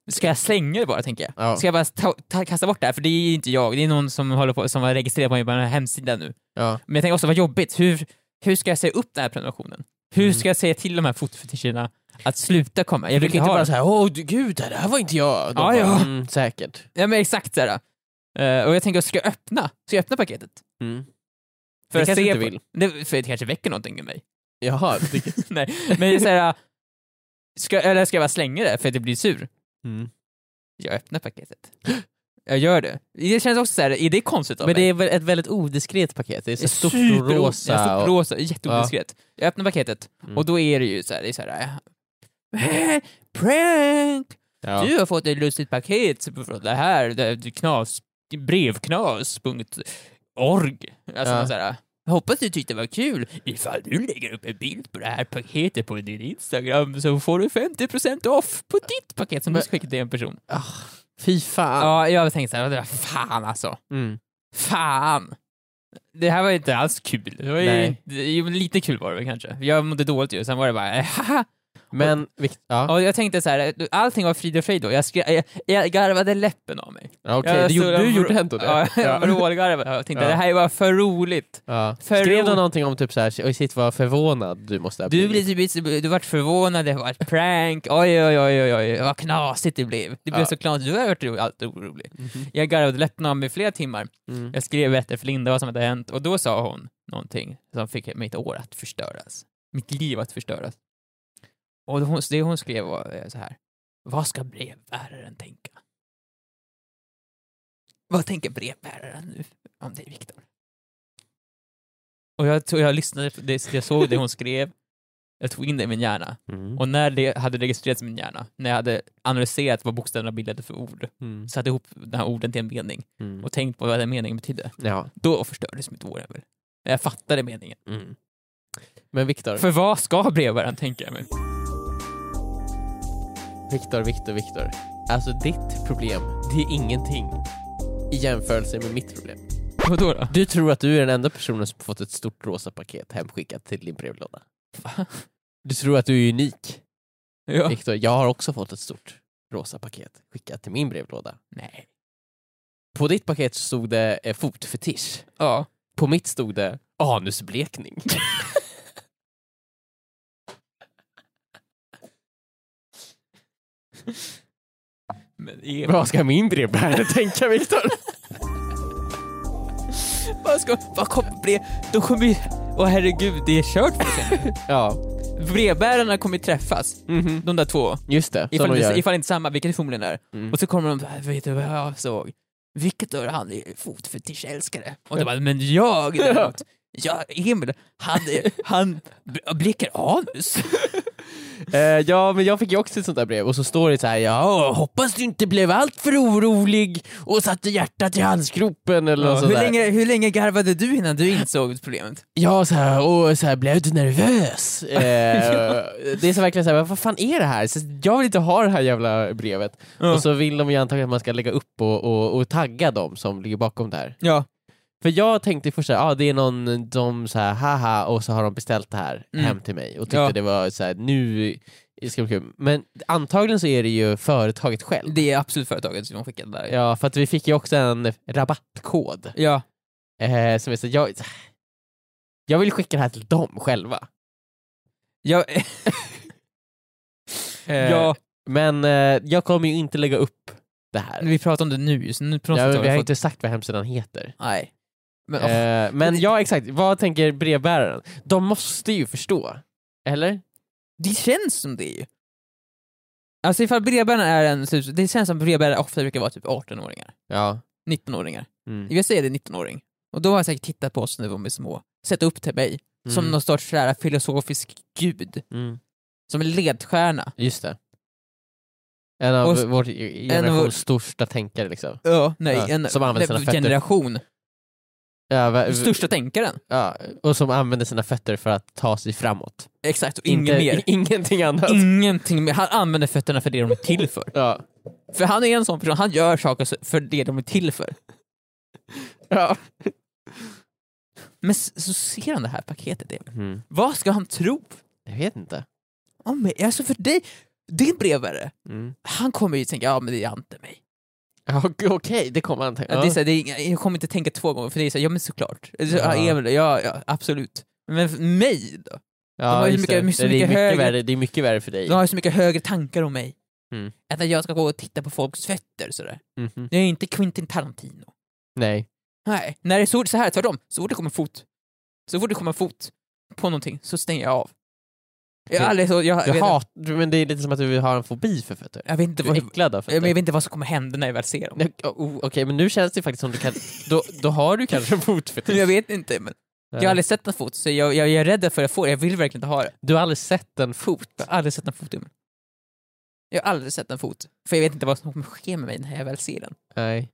Ska jag slänga det bara, tänker jag? Ja. Ska jag bara ta, ta, kasta bort det här? För det är inte jag, det är någon som håller på, som har registrerat mig på en hemsida nu. Ja. Men jag tänker också, vad jobbigt. Hur, hur ska jag säga upp den här prenumerationen? Mm. Hur ska jag säga till de här fotofetischerna att sluta komma? Jag Du vill kan inte inte ha bara det. säga åh du- gud, det här var inte jag. De Ja, bara, ja. Mm, säkert. Ja men exakt såhär. Eh, och jag tänker, ska jag öppna? Ska jag öppna paketet? Mm. Det att kanske se du inte på- vill. Det, för det kanske väcker någonting i mig. Jaha. Det... Nej, men såhär, ska, eller ska jag bara slänga det för att jag blir sur? Mm. Jag öppnar paketet. Jag gör det. Det känns också såhär, är det konstigt av Men det mig? är väl ett väldigt odiskret paket. Det är Det är så stort super- och rosa. Ja, stort och och... rosa, jätteodiskret. Jag öppnar paketet Mm. och då är det ju så här, det är så här äh, prank! Ja. Du har fått ett lustigt paket från det här, det är knas, brevknas.org. Alltså Ja. så här, jag hoppas du tyckte det var kul. Ifall du lägger upp en bild på det här paketet på din Instagram så får du 50% off på ditt paket som du Men- skickat till en person. Fy fan. Ja, jag tänkte så här, det där, fan alltså. Mm. Fan! Det här var ju inte alls kul. Det var ju Nej. inte, jo, men lite kul var det väl kanske. Jag mådde dåligt ju, sen var det bara eh, haha. Men, Vikt- ja. Och jag tänkte så här, allting var frid och fröjd då. Jag, skra- jag, jag garvade läppen av mig. Ja, Okej, jag du, gjorde- stod- du gjorde ändå det? Ja, jag Ja. vrålgarvade. Jag tänkte Ja. det här är bara för roligt. Ja. För Skrev ro- du någonting om typ såhär, oj shit vad förvånad du måste ha Du blev typ, du vart förvånad, det var ett prank, oj oj oj oj oj, vad knasigt det blev. Det blev Ja. så knasigt, du har varit alltid orolig. Jag garvade läppen av mig i flera timmar. Mm. Jag skrev efter för Linda vad som hade hänt och då sa hon någonting som fick mitt år att förstöras. Mitt liv att förstöras. Och hon, det hon skrev var eh, så här. Vad ska brevbäraren tänka? Vad tänker brevbäraren nu om dig, Viktor? Och jag, tog, jag lyssnade, på det, jag såg det hon skrev, jag tog in det i min hjärna. Mm. Och när det hade registrerats i min hjärna, när jag hade analyserat vad bokstäverna bildade för ord, Mm. satt ihop de här orden till en mening Mm. och tänkt på vad den meningen betydde, Ja. då förstördes mitt vårjävel. Jag fattade meningen. Mm. Men Viktor, För vad ska brevbäraren tänka mig? Viktor, Viktor, Viktor. Alltså ditt problem, det är ingenting i jämförelse med mitt problem. Vadå då? Du tror att du är den enda personen som fått ett stort rosa paket hemskickat till din brevlåda. Va? Du tror att du är unik. Ja. Viktor, jag har också fått ett stort rosa paket skickat till min brevlåda. Nej. På ditt paket så stod det eh, fotfetisch. Ja. På mitt stod det anusblekning. Men Eva, Vad ska min brevbärare tänka Viktor? Vad ska, vad kommer brev... De kommer ju... Åh herregud, det är kört för sig. Ja, Brevbärarna kommer ju träffas, Mhm. de där två. just det. Som Ifall, de det, gör. ifall inte samma, vilket det förmodligen är. Mm. Och så kommer de bara, vet du vad jag såg? Viktor han är fotfetischälskare. Och de bara, men jag däremot, jag, Emil, han, är- han b- blickar anus. Eh, ja, men jag fick ju också ett sånt där brev och så står det så här: ja, hoppas du inte blev allt för orolig och satte hjärtat i halsgropen eller något hur, sånt där. länge, hur länge garvade du innan du insåg problemet? Ja, så här, och så här, blev du nervös? Eh, det är så verkligen så här, vad fan är det här? Så jag vill inte ha det här jävla brevet. Ja. Och så vill de ju antagligen att man ska lägga upp och, och, och tagga dem som ligger bakom det här. Ja. För jag tänkte först såhär, ah, det är någon, de såhär, haha, och så har de beställt det här Mm. hem till mig och tyckte Ja. det var såhär, nu Det ska bli kul. Men antagligen så är det ju företaget själv. Det är absolut företaget som skickade det där. Ja, för att vi fick ju också en rabattkod. ja. Eh, som är så, jag, jag vill skicka det här till dem själva. ja. Eh, ja. Men eh, jag kommer ju inte lägga upp det här. Vi pratar om det nu just nu. På något Ja, sätt men vi har fått- inte sagt vad hemsidan heter. Nej. Men, åh, Eh, men ja, exakt. Vad tänker brevbäraren? De måste ju förstå. Eller? Det känns som det ju. Alltså ifall brevbäraren är en, typ, det känns som brevbärare ofta brukar vara typ 18-åringar, Ja. 19-åringar. Mm. Jag säger det, 19-åring. Och då har jag säkert tittat på oss nu om vi är små, sett upp till mig, som Mm. någon sorts sådär filosofisk gud, Mm. som en ledstjärna. Just det. En av Och s- vår generations vår- största tänkare liksom. Ja, nej, Ja, en som använder nej, sina fötter. Eh, generation. Ja, va- Största tänkaren. ja, och som använder sina fötter för att ta sig framåt. Exakt, och inget Inte- mer. i- Ingenting annat. Ingenting mer. Han använder fötterna för det de är till för. Ja. För han är en sån person, han gör saker för det de är till för. Ja. Men s- så ser han det här paketet, Emil. Mm. Vad ska han tro? Jag vet inte. om mig. Alltså för dig, din brevbärare, Mm. han kommer ju tänka ja men det är inte mig. Ja, ok- Okej, det kommer han tänka. Ja. Det är Ja. så här, det är, jag kommer inte tänka två gånger för det är såhär, ja men såklart. Så, Ja. ja. Emil, ja, ja absolut. Men för mig då? Ja, har ju just mycket- det. mycket- det, är mycket mycket högre- värre, det är mycket värre för dig. De har ju så mycket högre tankar om mig. Mm. Än att jag ska gå och titta på folks fötter sådär. Mhm. Jag är inte Quentin Tarantino. Nej. Nej, när det är så, så här, tvärtom. Så fort det kommer en fot, så fort det kommer en fot på någonting så stänger jag av. Jag, är Du- aldrig så, jag, Du vet, hat, men det är lite som att du har en fobi för fötter. jag vet inte Du är vad, äcklad av fötter. jag vet inte vad som kommer hända när jag väl ser dem. Nej, oh, oh, Okej, men nu känns det faktiskt som du kan... Då, då har du kanske en fotfetisch. Jag vet inte men Ja. Jag har aldrig sett en fot, så jag, jag, jag är rädd för att jag får det. Jag vill verkligen inte ha det. Du har aldrig sett en fot? Jag har aldrig sett en fot i mig. Jag har aldrig sett en fot. För jag vet inte vad som kommer ske med mig när jag väl ser den. Nej.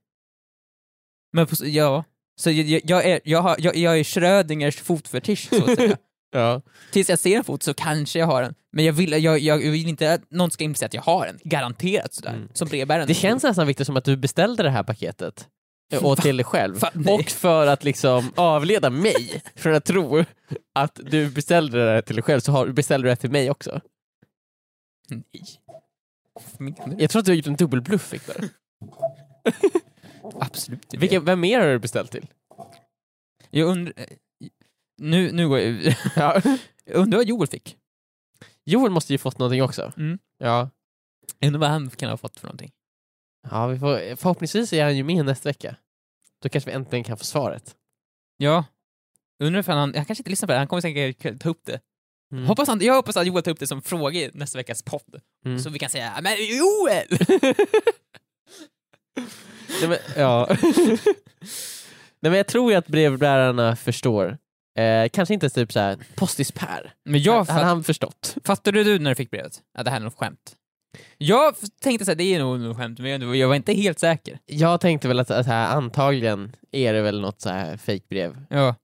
Men på, s- ja, så jag, jag, jag, är, jag, har, jag, jag är Schrödingers fotfetisch så att säga. Ja. Tills jag ser en fot så kanske jag har den. Men jag vill, jag, jag vill inte att någon ska inse att jag har den. Garanterat sådär. Mm. Som brevbäraren. Det känns nästan Victor som att du beställde det här paketet. Och till dig själv. Fan, nej. och för att liksom avleda mig från att tro att du beställde det här till dig själv så har, beställde du det till mig också. Mm, Nej. Men- men- Jag tror att du har gjort en dubbelbluff Victor. Absolut inte. Vilka, vem mer har du beställt till? Jag undrar... Nu, nu går jag ur. Ja. Jag undrar vad Joel fick. Joel måste ju fått någonting också. Mm. Ja. Jag undrar vad han kan ha fått för någonting. ja vi får, förhoppningsvis är han ju med nästa vecka. Då kanske vi äntligen kan få svaret. Ja. Undrar ifall han, han kanske inte lyssnar på det, han kommer säkert ta upp det. Mm. Hoppas han, jag hoppas att Joel tar upp det som fråga i nästa veckas podd. Mm. Så vi kan säga “Men Joel!” Nej, men, ja. Nej, men jag tror ju att brevbärarna förstår. Eh, kanske inte typ såhär, Postis-Per. Men Ja, jag, hade fatt, han förstått? fattade du när du fick brevet att det här är något skämt? Jag f- tänkte såhär, det är nog något skämt, men jag, jag var inte helt säker. Jag tänkte väl att, att här, antagligen är det väl något så här fejkbrev. Ja.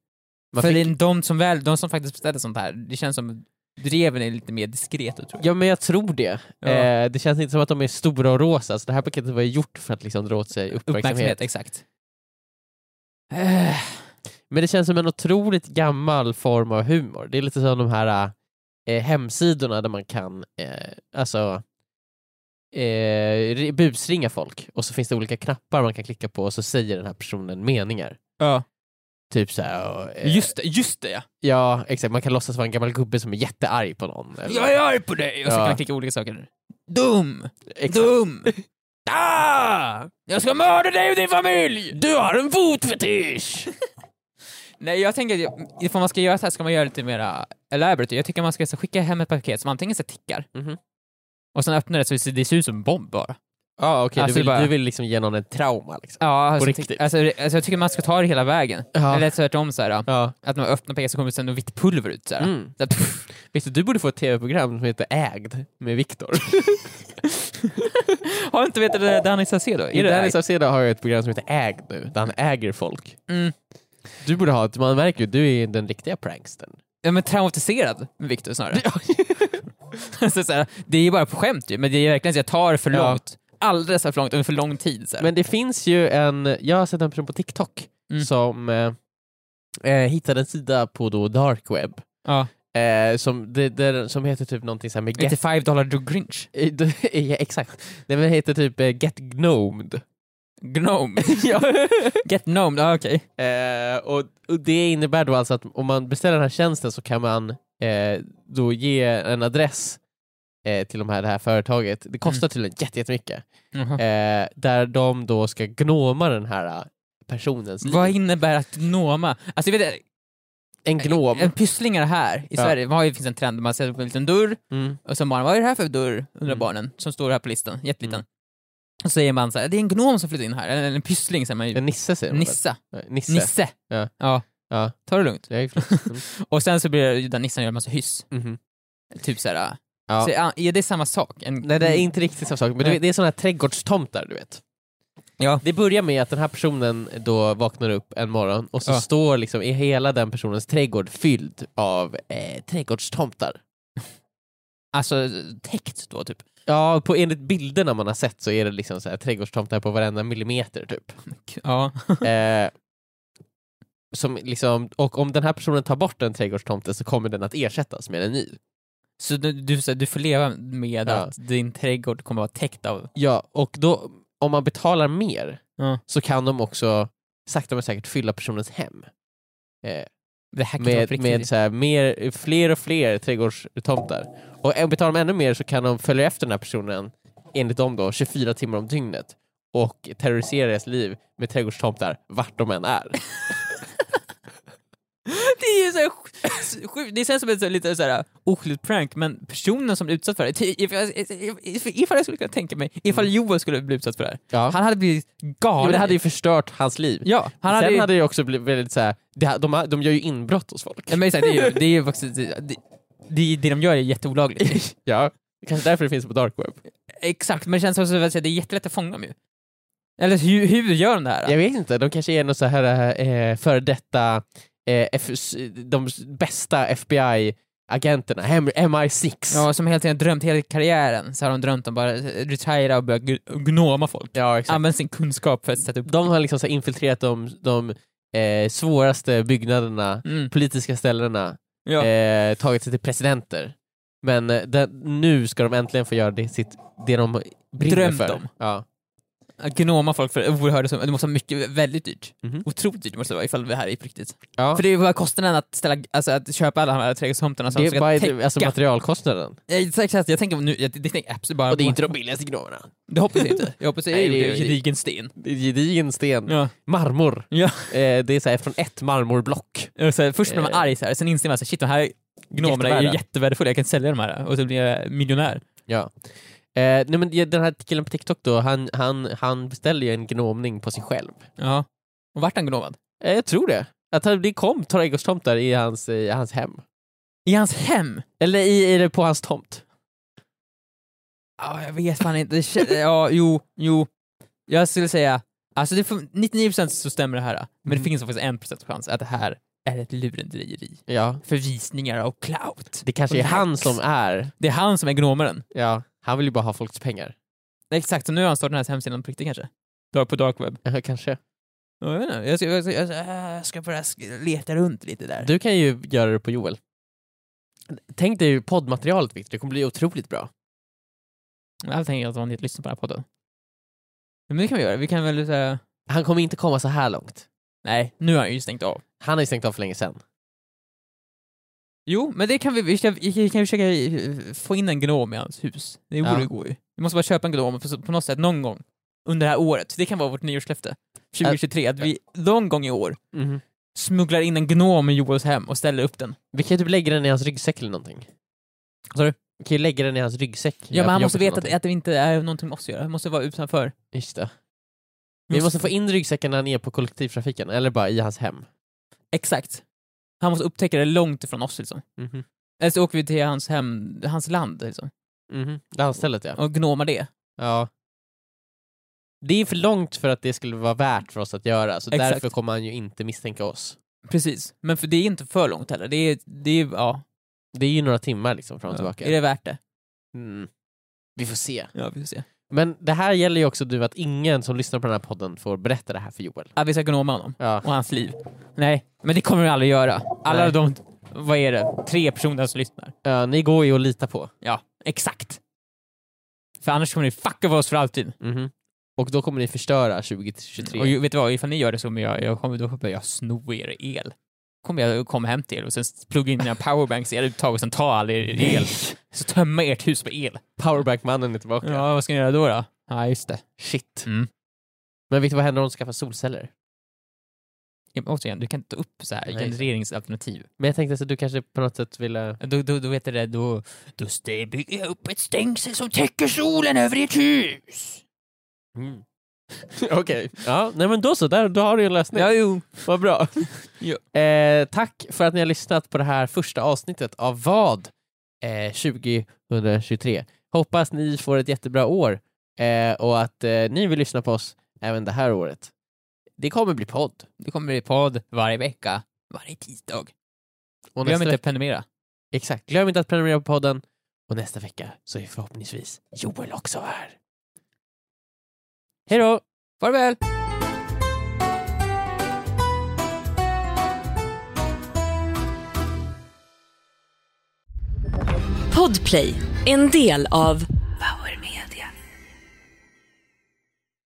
Man För fick- det är de som, väl, de som faktiskt beställer sånt här, det känns som breven är lite mer diskreta tror jag. Ja men jag tror det. Ja. Eh, det känns inte som att de är stora och rosa, så det här paketet var ju gjort för att liksom dra åt sig uppmärksamhet. Uppmärksamhet, exakt. Eh, Men det känns som en otroligt gammal form av humor. Det är lite som de här eh, hemsidorna där man kan eh, alltså eh, re- busringa folk och så finns det olika knappar man kan klicka på och så säger den här personen meningar. ja. Typ så här, eh, Just det, just det ja! Ja, exakt. Man kan låtsas vara en gammal gubbe som är jättearg på någon. eller- Jag är arg på dig! Och så Ja. kan jag klicka olika saker. Dum! Exakt. Dum! Ah! Jag ska mörda dig och din familj! Du har en fotfetisch! Nej, jag tänker att ifall man ska göra så här ska man göra lite mer elaborate. Jag tycker man ska så skicka hem ett paket som antingen så tickar, Mhm. och sen öppnar det så det ser- det ser ut som en bomb bara. Ja, okej. Alltså, du, vill, bara- du vill liksom ge någon ett trauma. Liksom. Ja, På alltså, riktigt. tyck- Alltså, det- alltså, jag tycker man ska ta det hela vägen. Ja. Eller tvärtom så här, ja. Ja. att när man öppnar paketet så kommer det sen något vitt pulver ut så här. Mm. Så här, pff. Victor, du borde få ett tv-program som heter Ägd med Viktor. Har du inte vetat det Danny Saucedo? I Är det Dennis det? av Seda har jag ett program som heter Ägd nu, där han äger folk. Mm. Du borde ha ett, man märker ju, du är den riktiga prankstern. Ja, men traumatiserad med Victor snarare. alltså, så här, det är ju bara på skämt ju, men det är verkligen så jag tar för Ja. långt. Alldeles för långt under för lång tid. Så här. Men det finns ju en, jag har sett en person på TikTok Mm. som eh, eh, hittade en sida på då dark web ja. eh, som, det, det, som heter typ någonting såhär med Inte get... Five Dollar Joe Grinch. ja, exakt. Nej men det heter typ eh, Get Gnomed. Gnome. ja. Get Gnome, ah, okej. eh, och, och det innebär då alltså att om man beställer den här tjänsten så kan man eh, då ge en adress eh, till de här, det här företaget. Det kostar Mm. tydligen jätte- jättemycket. Jaha. Eh, där de då ska gnoma den här eh, personens liv. Vad innebär att gnoma? Alltså, jag vet, En gnom. En pysslingar här i Ja. Sverige, man har ju, finns en trend, man ser upp en liten dörr Mm. och så barnen, vad är det här för dörr? Undrar Mm. barnen, som står här på listan, jätteliten. Mm. Och så säger man så här, det är en gnom som flyttar in här, eller en pyssling säger man ju. En nisse säger de väl? Nissa. Nej, Nisse. Nisse. Ja. Ja. ja. Ta det lugnt. Ja, exakt. Mm. Och sen så blir det, den nissen gör en massa hyss. Mhm. Typ så här, Ja. så, är- är det samma sak? En, Nej det är inte riktigt samma sak, men det, Mm. Nej. det är sådana här trädgårdstomtar du vet. Ja. Det börjar med att den här personen då vaknar upp en morgon och så Ja. står liksom i hela den personens trädgård fylld av eh, trädgårdstomtar. Alltså täckt då typ. Ja, på, enligt bilderna man har sett så är det liksom så här, trädgårdstomtar på varenda millimeter typ. Ja. eh, som liksom, och om den här personen tar bort en trädgårdstomte så kommer den att ersättas med en ny. Så du, du, så här, du får leva med Ja. att din trädgård kommer att vara täckt av... Ja, och då, om man betalar mer Ja. så kan de också sakta men säkert fylla personens hem. Eh, Det här kan vara på med riktigt. med så här, mer, fler och fler trädgårdstomtar. Och eh, betalar de ännu mer så kan de följa efter den här personen, enligt dem då, 24 timmar om dygnet och terrorisera deras liv med trädgårdstomtar vart de än är. Det är så här sj- sjukt, det känns som ett så här lite så här äh, oskyldigt prank men personen som blir utsatt för det, ty- ifall, ifall- ifall jag skulle kunna tänka mig, ifall Joel skulle bli utsatt för det här, Ja. han hade blivit Ja, men galen. det hade ju förstört hans liv. Ja, han hade, Sen ju- hade det ju också blivit väldigt såhär, de, de, de gör ju inbrott hos folk. Nej, men exakt, det är ju, det är ju faktiskt, det, det, det, det de gör är jätteolagligt. Ja. Kanske därför det finns på dark web. exakt, men det känns också som att det är jättelätt att fånga dem ju. Eller hur, hur gör de det här? Jag vet inte, de kanske är någon så här eh, före detta eh, F- de s- bästa FBI-agenterna, M- MI6. Ja, som helt enkelt drömt hela karriären, så har de drömt om bara retira och börja gn- gnoma folk. Ja, exakt. Använd sin kunskap för att sätta upp... De har liksom så här infiltrerat de, de eh, svåraste byggnaderna, Mm. politiska ställena, Ja. eh, tagit sig till presidenter. Men eh, den, nu ska de äntligen få göra det, sitt, det de brinner Drömt för. om. Ja. Att gnoma folk för oerhörda summor, det måste vara mycket, väldigt dyrt. Mhm. Otroligt dyrt måste det vara ifall det här är på riktigt. Ja. För det är ju bara kostnaden att, ställa, alltså, att köpa alla de här trädgårdstomterna som det ska är täcka- bara alltså materialkostnaden. Jag, exakt, exakt, jag tänker nu, jag, det tänker jag absolut bara... Och det är inte de billigaste gnomerna. det hoppas jag inte. Jag hoppas jag Nej, gjorde det är- Mm. det är gedigen sten. Det är gedigen sten. Ja. Marmor. Ja. Eh, det är så här från ett marmorblock. Och så här, först blir man Eh. arg så här, sen inser man så här, shit de här gnomerna är ju Jättevärda. jättevärdefulla, jag kan sälja de här och så blir jag miljonär. Ja. Eh, nej men den här killen på TikTok då, han, han, han beställde ju en gnomning på sig själv. Ja. Och vart han gnomad? Eh, jag tror det. Att han, det kom trädgårdstomtar i hans, i hans hem. I hans hem? Eller i, i det på hans tomt. Ja, jag vet fan inte. Det kän- Ja, jo, jo. Jag skulle säga, alltså det får, 99% så stämmer det här. Men Mm. det finns faktiskt 1% chans att det här är ett lurendrejeri. Ja. Förvisningar och clout. Det kanske är han som är, Det är han som är gnomaren. ja, han vill ju bara ha folks pengar. Exakt, så nu har han startat den här hemsidan på riktigt kanske. Dark på darkweb. Ja, kanske. Ja, Jag vet inte, jag ska, jag ska, jag ska, jag ska börja sk- leta runt lite där. Du kan ju göra det på Joel. Tänk dig ju poddmaterialet Victor, det kommer bli otroligt bra. Allt hänger på att man inte lyssnar på den här podden. Ja, Men det kan vi göra, vi kan väl säga... Han kommer inte komma så här långt. Nej, nu har han ju stängt av. Han har ju stängt av för länge sedan. Jo, men det kan vi, vi, ska, vi kan ju försöka eh, få in en gnom i hans hus. Det borde Ja. gå ju. Vi måste bara köpa en gnom på, på något sätt, någon gång under det här året. Det kan vara vårt nyårslöfte. 2023, att vi någon gång i år smugglar in en gnom i Joels hem och ställer upp den. Vi kan ju typ lägga den i hans ryggsäck eller någonting. Vad sa du? Vi kan ju lägga den i hans ryggsäck. Ja, men han måste veta att att, att det inte är någonting med oss att göra. Det måste vara utanför. Just det. Vi måste få in ryggsäcken när han är på kollektivtrafiken, eller bara i hans hem. Exakt. Han måste upptäcka det långt ifrån oss liksom. Mhm. Eller så åker vi till hans hem, hans land liksom, Mhm. Landstället ja. och gnomar det. ja. Det är för långt för att det skulle vara värt för oss att göra, så Exakt. därför kommer han ju inte misstänka oss. Precis, men för det är inte för långt heller. Det är, det är ja. Det är ju några timmar liksom fram och tillbaka. Är det värt det? Mm. Vi får se. Ja, vi får se. Men det här gäller ju också du att ingen som lyssnar på den här podden får berätta det här för Joel. Ja, vi ska gnoma honom Ja. och hans liv. Nej, men det kommer vi aldrig göra. Alla Nej. de vad är det, tre personer som lyssnar. Ja, ni går ju att lita på. Ja, exakt. För annars kommer ni fucka upp oss för alltid. Mhm. Och då kommer ni förstöra 2023. Och ju- vet du vad, ifall ni gör det så kommer jag, jag kommer, då kommer jag sno er el. kommer jag komma hem till er och sen plugga in mina powerbanks i era uttag och sen ta all er el. Så tömma ert hus på el. Powerback-mannen är tillbaka. Ja, vad ska ni göra då? då? Ja, just det. Shit. Mm. Men vet du vad händer om de skaffar solceller? Ja, men Återigen, du kan inte ta upp så här Nej. genereringsalternativ. Men jag tänkte att du kanske på något sätt ville... Då, då, då vet du det, då, då stä- bygger jag upp ett stängsel som täcker solen över ert hus. Okej. Mm. Ja, nej men då så, där, då har du ju en lösning. Ja, jo. Vad bra. Ja. Eh, tack för att ni har lyssnat på det här första avsnittet av vad? Eh, 2023. Hoppas ni får ett jättebra år eh, och att eh, ni vill lyssna på oss även det här året. Det kommer bli podd. Det kommer bli podd varje vecka, varje tisdag. Och Glöm nästa inte att prenumerera. veck- Exakt. Glöm inte att prenumerera på podden och nästa vecka så är förhoppningsvis Joel också här. Hej då! Farväl! Podplay, en del av Power Media.